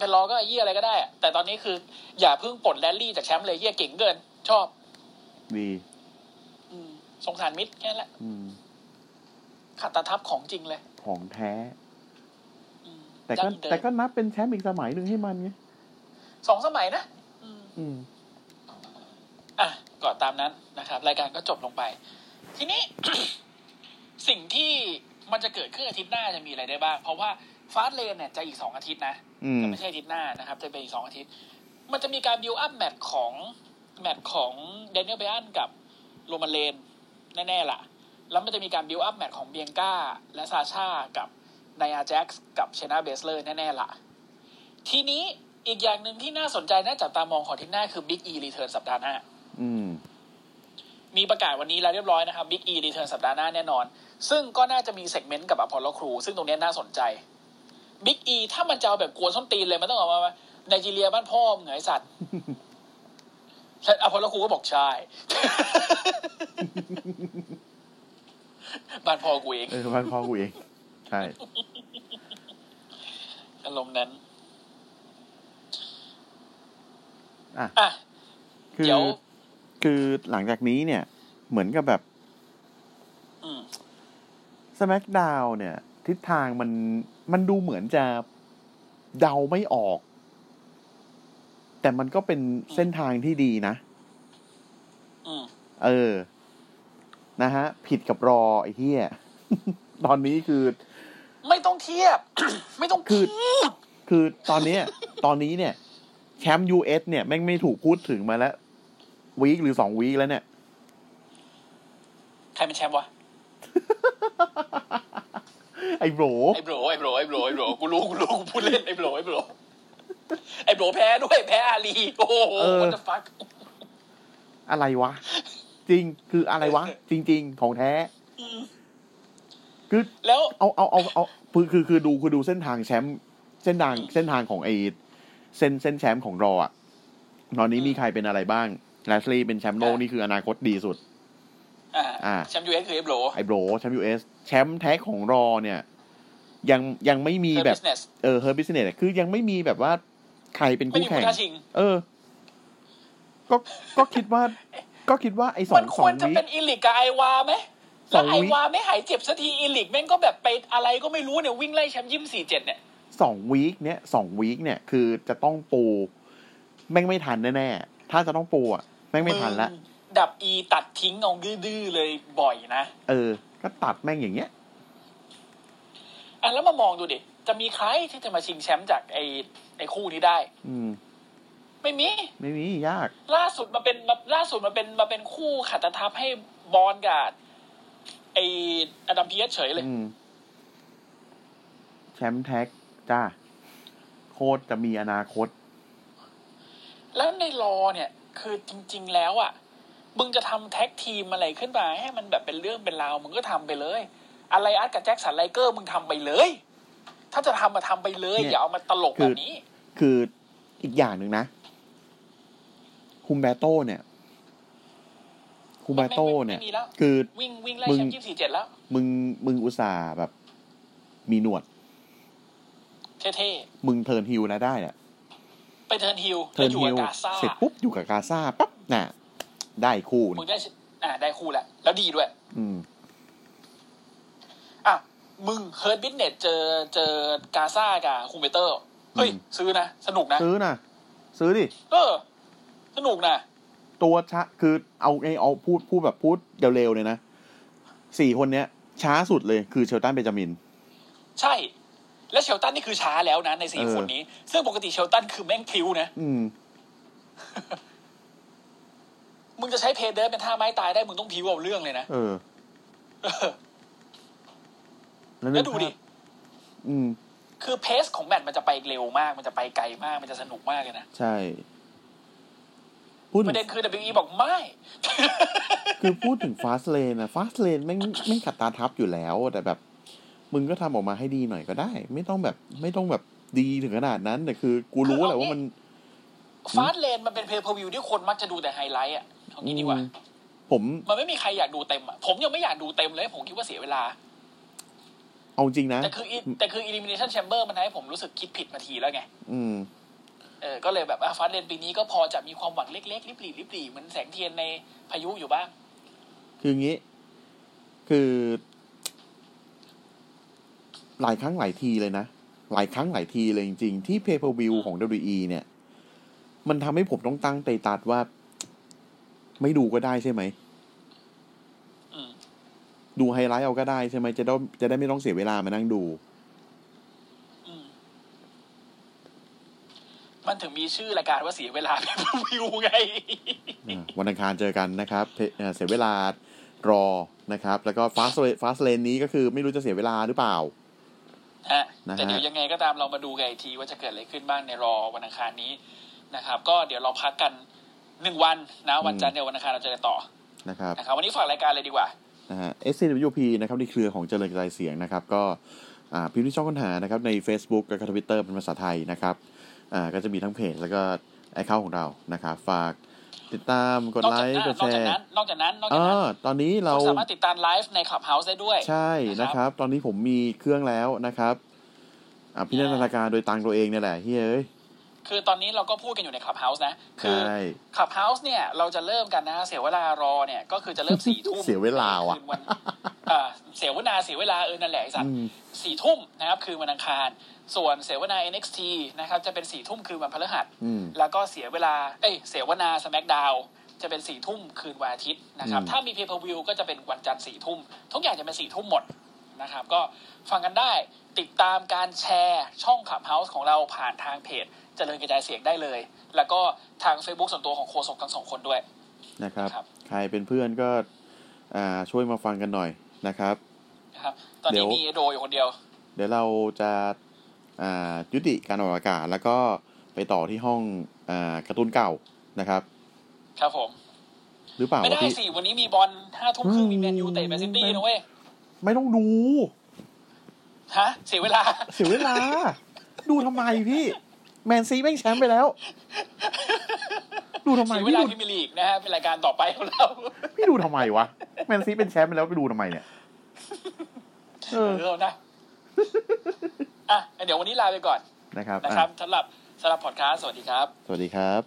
C: เป็นรอก็ไอ้เยี่ยอะไรก็ได้อะแต่ตอนนี้คือ อย่าเพิ่งปลดแรลลี่จากแชมป์เลยเยี่ยเก่งเกิน ชอบ
B: ดี
C: สงสารมิดแค่นั้นแหละ
B: อืม
C: ขาดตาทับของจริงเลย
B: ของแท้
C: อืม
B: แต่
C: ยั
B: ก็
C: ดเดิม
B: แต่ก็นับเป็นแชมป์อีกสมัยหนึ่งให้มันไง
C: สองสมัยนะอืม
B: อืม
C: อ่ะก็ตามนั้นนะครับ รายการก็จบลงไป ทีนี้ [coughs] สิ่งที่มันจะเกิดขึ้นอาทิตย์หน้าจะมีอะไรได้บ้าง เพราะว่าฟาสเลนเนี่ยจะอีกสองอาทิตย์นะ
B: อืม
C: จะไม่ใช่อาทิตย์หน้านะครับ จะเป็นอีกสองอาทิตย์ มันจะมีการบิวอัพแมตช์ของแมตช์ของเดนเนียลเบอันกับโรมาเลนแน่ๆล่ะ แล้วมันจะมีการบิวอัพแมตช์ของเบียงก้า และซาชากับไนอาแจ็กกับเชนาเบสเลอร์แน่ๆล่ะ ทีนี้อีกอย่างหนึ่งที่น่าสนใจน่าจับตามองของอาทิตย์หน้าคือบิ๊กอีรีเทิร์นสัปดาห์หน้า
B: อืม
C: มีประกาศวันนี้แล้วเรียบร้อยนะครับ Big E Return สัปดาห์หน้าแน่นอน ซึ่งก็น่าจะมีเซกเมนต์กับ Apollo Crew ซึ่งตรงเนี้ยน่าสนใจ Big E ถ้ามันจะเอาแบบกวนส้นตีนเลย มันต้องออกมาว่าไนจีเรียบ้านพ่อมึงเหงอไอสัตว์ แล้ว Apollo Crew ก็บอกใช่ [laughs] บ้านพ่อกูเอง
B: เออพันพ่อกูเองใช่
C: อารมณ์นั้น
B: อ่ะ
C: อ่ะ
B: คือ
C: เดี๋ยว
B: คือหลังจากนี้เนี่ย เหมือนกับแบบ
C: อืม
B: สแมกดาวเนี่ย ทิศทางมันมันดูเหมือนจะเดาไม่ออก แต่มันก็เป็นเส้นทางที่ดีนะ
C: อืม
B: เออ นะฮะ ผิดกับรอไอ้เหี้ย [laughs] ตอนนี้คือ
C: ไม่ต้องเทียบ [coughs] ไม่ต้อง
B: คือ
C: พูด
B: คือตอนเนี้ย ตอนนี้เนี่ย แชมป์ยูเอสเนี่ย แม่งไม่ถูกพูดถึงมาแล้ววีคหรือสองวีคแล้วเนี่ย
C: ใครเป็นแชมป์วะ
B: ไอ้โบร
C: ไอ้โบรไอ้โบรไอ้โบรไอ้โบรกูรู้กูรู้กูพูดเล่นไอ้โบรไอ้โบรไอ้โบรแพ้ด้วยแพ้อาลีโอ้โหวัตฟัก
B: อะไรวะ จริงคืออะไรวะ จริง ๆ ของแท้ คือ
C: แล้ว
B: เอาเอาเอาเอาคือคือคือดูคือดูเส้นทางแชมป์เส้นทางเส้นทางของไอเส้นเส้นแชมป์ของรออะตอนนี้มีใครเป็นอะไรบ้างแลสลีเป็นแชมป์โลกนี่คืออนาคตดีสุด
C: อ่
B: อ่า
C: าแชมป์ยูเอสคือไอ้โบร
B: ไอโบรแชมป์ยูเอสแชมป์แท้ของรอเนี่ย ยังยังไม่มีแบบ
C: เนส
B: เออเฮอร์บิสเนสคือยังไม่มีแบบว่าใครเป็น
C: ไม่
B: คู่
C: มี
B: แข่
C: ผู้
B: ง
C: ท้าชิง
B: เออ ก็ก็คิดว่า ก็คิดว่าไอ้สอ
C: มั
B: ง
C: นค
B: สอง
C: วรจะ
B: วิ
C: เป็นอิลิกกับไอวาไหม
B: ส
C: แล้
B: อ
C: ว
B: งวิ
C: ไอวาไม่หายเจ็บสักทีอิลิกแม่งก็แบบไปอะไรก็ไม่รู้เนี่ยวิ่งไล่แชมป์ยิมสี่เจ็ดเนี่ย
B: สองวีคเนี้ยสองวีคเนี่ย คือจะต้องปูแม่งไม่ทันแน่ๆ ถ้าจะต้องปูอ่ะ แม่งไม่ทันละ
C: มึงดับอีตัดทิ้งเอาดื้อๆเลยบ่อยนะ
B: เออ ก็ตัดแม่งอย่างเงี้ย
C: อ่ะแล้วมามองดูดิ จะมีใครที่จะมาชิงแชมป์จากไอไอคู่นี้ได้
B: อืม
C: ไม่มี
B: ไม่มียาก
C: ล่าสุดมาเป็นมาล่าสุดมาเป็นมาเป็นคู่ขัดตะทับให้บอลกับไออดัมเพียสเฉยเลย
B: อืม แชมป์แท็กจ้า โคตรจะมีอนาคต
C: แล้วในรอเนี่ย คือจริง ๆ แล้วอะ่ะ มึงจะทำแท็กทีมอะไรขึ้นมาให้มันแบบเป็นเรื่องเป็นราว มึงก็ทำไปเลย อะไรอาร์ตกับแจ็คสันไลเกอร์มึงทำไปเลย ถ้าจะทำมาทำไปเลย
B: เนี่ย
C: อย่าเอามาตลกแบบนี้
B: คืออีกอย่างหนึ่งนะฮุมเบโต้เนี่ยฮุมเบโต้เนี่ย
C: ไม่ไม่ไม่มีแล้ว
B: คือ
C: วิ่งวิ่งไล่
B: มึง
C: แชมป์ยี่สี่เจ็ดแล้ว
B: มึงมึงอุตส่าห์แบบ มีหนวด
C: เท่
B: มึงเทิร์นฮิลแล้วได้เนี่ย
C: ๆ ไปเทิร์นฮิล
B: เทิร์น
C: แล้วอยู่
B: ฮิล
C: กับกาซา
B: เสร็จปุ๊บ อยู่กับกาซาปั๊บน่ะ ได้คู่
C: มึง
B: นี่
C: ได้อ่าได้คู่แล้วแล้วดีด้วย
B: อืม
C: อ่ะ มึงเฮิร์ตบิสเนสเจอเจอกาซากับคูเมเตอร์ เฮ้ย
B: อืม
C: ซื้อนะ สนุกนะ
B: ซื้อนะซื้อดิ
C: เออ สนุกนะ
B: ตัวช้าคือเอาไงเอาพูดพูดแบบพูดเร็วๆเลยนะสี่คนเนี้ย ช้าสุดเลยคือเชลตันเบนจามิน
C: ใช่ และเชลตันนี่คือช้าแล้วนะ ในสี่
B: เออ
C: คนนี้ ซึ่งปกติเชลตันคือแม่งพลิ้วนะ
B: อืม
C: มึงจะใช้เพย์เดสเป็นท่าไม้ตายได้ มึงต้องพลิ้วเอาเรื่อง
B: [laughs]
C: เลยนะ
B: เออ
C: เออ
B: แล้วนึ
C: แล้
B: ก
C: วดู
B: ภา
C: ดิ
B: พอืม
C: คือเพสของแมตช์มันจะไปเร็วมาก มันจะไปไกลมาก มันจะสนุกมากเลยนะ
B: ใช่ พูด
C: ป
B: ถึ
C: ระ
B: ง
C: เด็นคือ WE บอกไม่ [laughs]
B: คือพูดถึงฟาสเลนอะฟาสเลนแม่งแม่งขัดตาทับอยู่แล้ว แต่แบบ มึงก็ทำออกมาให้ดีหน่อยก็ได้ ไม่ต้องแบบ ไม่ต้องแบบดีถึงขนาดนั้น แต่คือ กูรู้แหละว่ามัน
C: ฟาสเลนมันเป็นเพย์เพอร์วิวที่คนมักจะดูแต่ไฮไลท์อ่ะเอางี้ดีกว่า
B: อืมผม
C: มันไม่มีใครอยากดูเต็มอ่ะ ผมยังไม่อยากดูเต็มเลย ผมคิดว่าเสียเวลา
B: เอาจริงนะ
C: แต่คืออีแต่คือ elimination chamber มันทำให้ผมรู้สึกคิดผิดมาทีแล้วไง
B: อืม
C: เออ ก็เลยแบบอ่ะฟาสเลนปีนี้ก็พอจะมีความหวังเล็กๆริบหรี่ริบหรี่เหมือนแสงเทียนในพายุอยู่บ้าง
B: คืออย่างงี้ คือ หลายครั้งหลายทีเลยนะ หลายครั้งหลายทีเลยจริงๆ ที่ Pay Per View ของ WWE เนี่ย มันทำให้ผมต้องตั้งเตตัสว่า ไม่ดูก็ได้ใช่ไหม
C: อืม
B: ดูไฮไลท์เอาก็ได้ใช่ไหมจะได้จะได้ไม่ต้องเสียเวลามานั่งดู
C: อืมมันถึงมีชื่อรายการว่าเสียเวลาไป [laughs] วิวไง [laughs]
B: อ่าวันอังคารเจอกันนะครับเพเอ่อเสียเวลารอนะครับ แล้วก็ฟาสฟาสเลนนี้ก็คือไม่รู้จะเสียเวลาหรือเปล่า
C: ฮะ
B: นะฮะ
C: แต่เดี๋ยวยังไงก็ตามเรามาดูกันอีกทีว่าจะเกิดอะไรขึ้นบ้างในรอวันอังคารนี้นะครับ ก็เดี๋ยวเราพักกันหนึ่งวันนะวันจันทร์เดี๋ยววันอังคารเราจะได้ต่อ
B: นะครับ
C: นะครับ วันนี้ฝากรายการเลยดีกว่า
B: นะฮะ SCWP นะครับในเครือของเจริญกระจายเสียงนะครับ ก็อ่าพิมพ์ที่ช่องค้นหานะครับใน Facebook และทวิตเตอร์เป็นภาษาไทยนะครับอ่าก็จะมีทั้งเพจแล้วก็ไอคเคาของเรานะครับ ฝากติดตามกด
C: นอก
B: ไลค์
C: จากนั้น
B: กด
C: น
B: แช
C: อกจาก
B: ร์
C: นั้นนอกจากนั้นนอก
B: เอ
C: จากนั้น
B: อตอนนี้เรา
C: คุณสามารถติดตามไลฟ์ในขับเฮาส์ได้ด้วย
B: ใช่นะ
C: นะ
B: ค
C: ครับ
B: รับ ตอนนี้ผมมีเครื่องแล้วนะครับอ่าพิจารณาการโดยตังตัวเองเนี่ยแหละเฮ้ยเอ้ย
C: คือตอนนี้เราก็พูดกันอยู่ในขับเฮาส์นะ
B: ใช
C: คือ่ ขับเฮาส์เนี่ยเราจะเริ่มกันนะ เสียเวลารอเนี่ยก็คือจะเริ่ม
B: [laughs]
C: สี่ทุ่ม
B: เสียเวลาว่ะ
C: คืน [laughs] นเอ่อเสียเวลาเสียเวลาเออนั่นแหละไอ้สัตว์
B: อืม
C: สี่ทุ่มนะครับคืนวันอังคาร ส่วนเสวนา NXT นะครับจะเป็นสี่ทุ่มคืนวันพฤหัส
B: อืม
C: แล้วก็เสียเวลา เอ้ยเสวนา SmackDown จะเป็นสี่ทุ่มคืนวันอาทิตย์นะครับ
B: อืม
C: ถ้ามีเพย์ e พ v i วิวก็จะเป็นวันจันทร์สี่ทุ่ม ทุกอย่างจะเป็นสี่ทุ่มหมดนะครับ ก็ฟังกันได้ติดตามการแชร์ช่องขับเฮาส์ของเราผ่านทางเพจเจริญกระจายเสียงได้เลย แล้วก็ทาง Facebook ส่วนตัวของโคศกทั้งสองคนด้วย
B: นะครับ
C: ครับ
B: ใครเป็นเพื่อนก็อ่าช่วยมาฟังกันหน่อยนะครับ
C: นะครับตอน
B: เดี๋ยว
C: นี้มีโดอยู่คนเดียว
B: เดี๋ยวเราจะอ่ายุติการออกอากาศ แล้วก็ไปต่อที่ห้องอ่าการ์ตูนเก่านะครับ
C: ครับผม
B: หรือเปล่า
C: ไม่
B: วะ
C: ได้
B: พี่
C: สิวันนี้มีบอลห้าทุ่มครึ่งมีแมนยูเตะแมนซิตี้นะเว้ย
B: ไม่ต้องดู
C: ฮะเสียเวลา
B: เสียเวลา ดูทำไมพี่ แมนซีแม่งแชมป์ไปแล้ว ดูทำไม
C: เสียเว
B: พี่
C: ลา
B: ดู
C: พิมยร์ลีกนะฮะเป็นรายการต่อไปของเรา
B: พี่ดูทำไมวะ แมนซีเป็นแชมป์ไปแล้วไปดูทำไมเนี่ยเออ
C: เออนะอ่ะงั้นเดี๋ยววันนี้ลาไปก่อน
B: นะครับ
C: นะ
B: อ่ะ
C: ครับสำหรับสำหรับพอดคาสต์สวัสดีครับ
B: สวัสดีครับ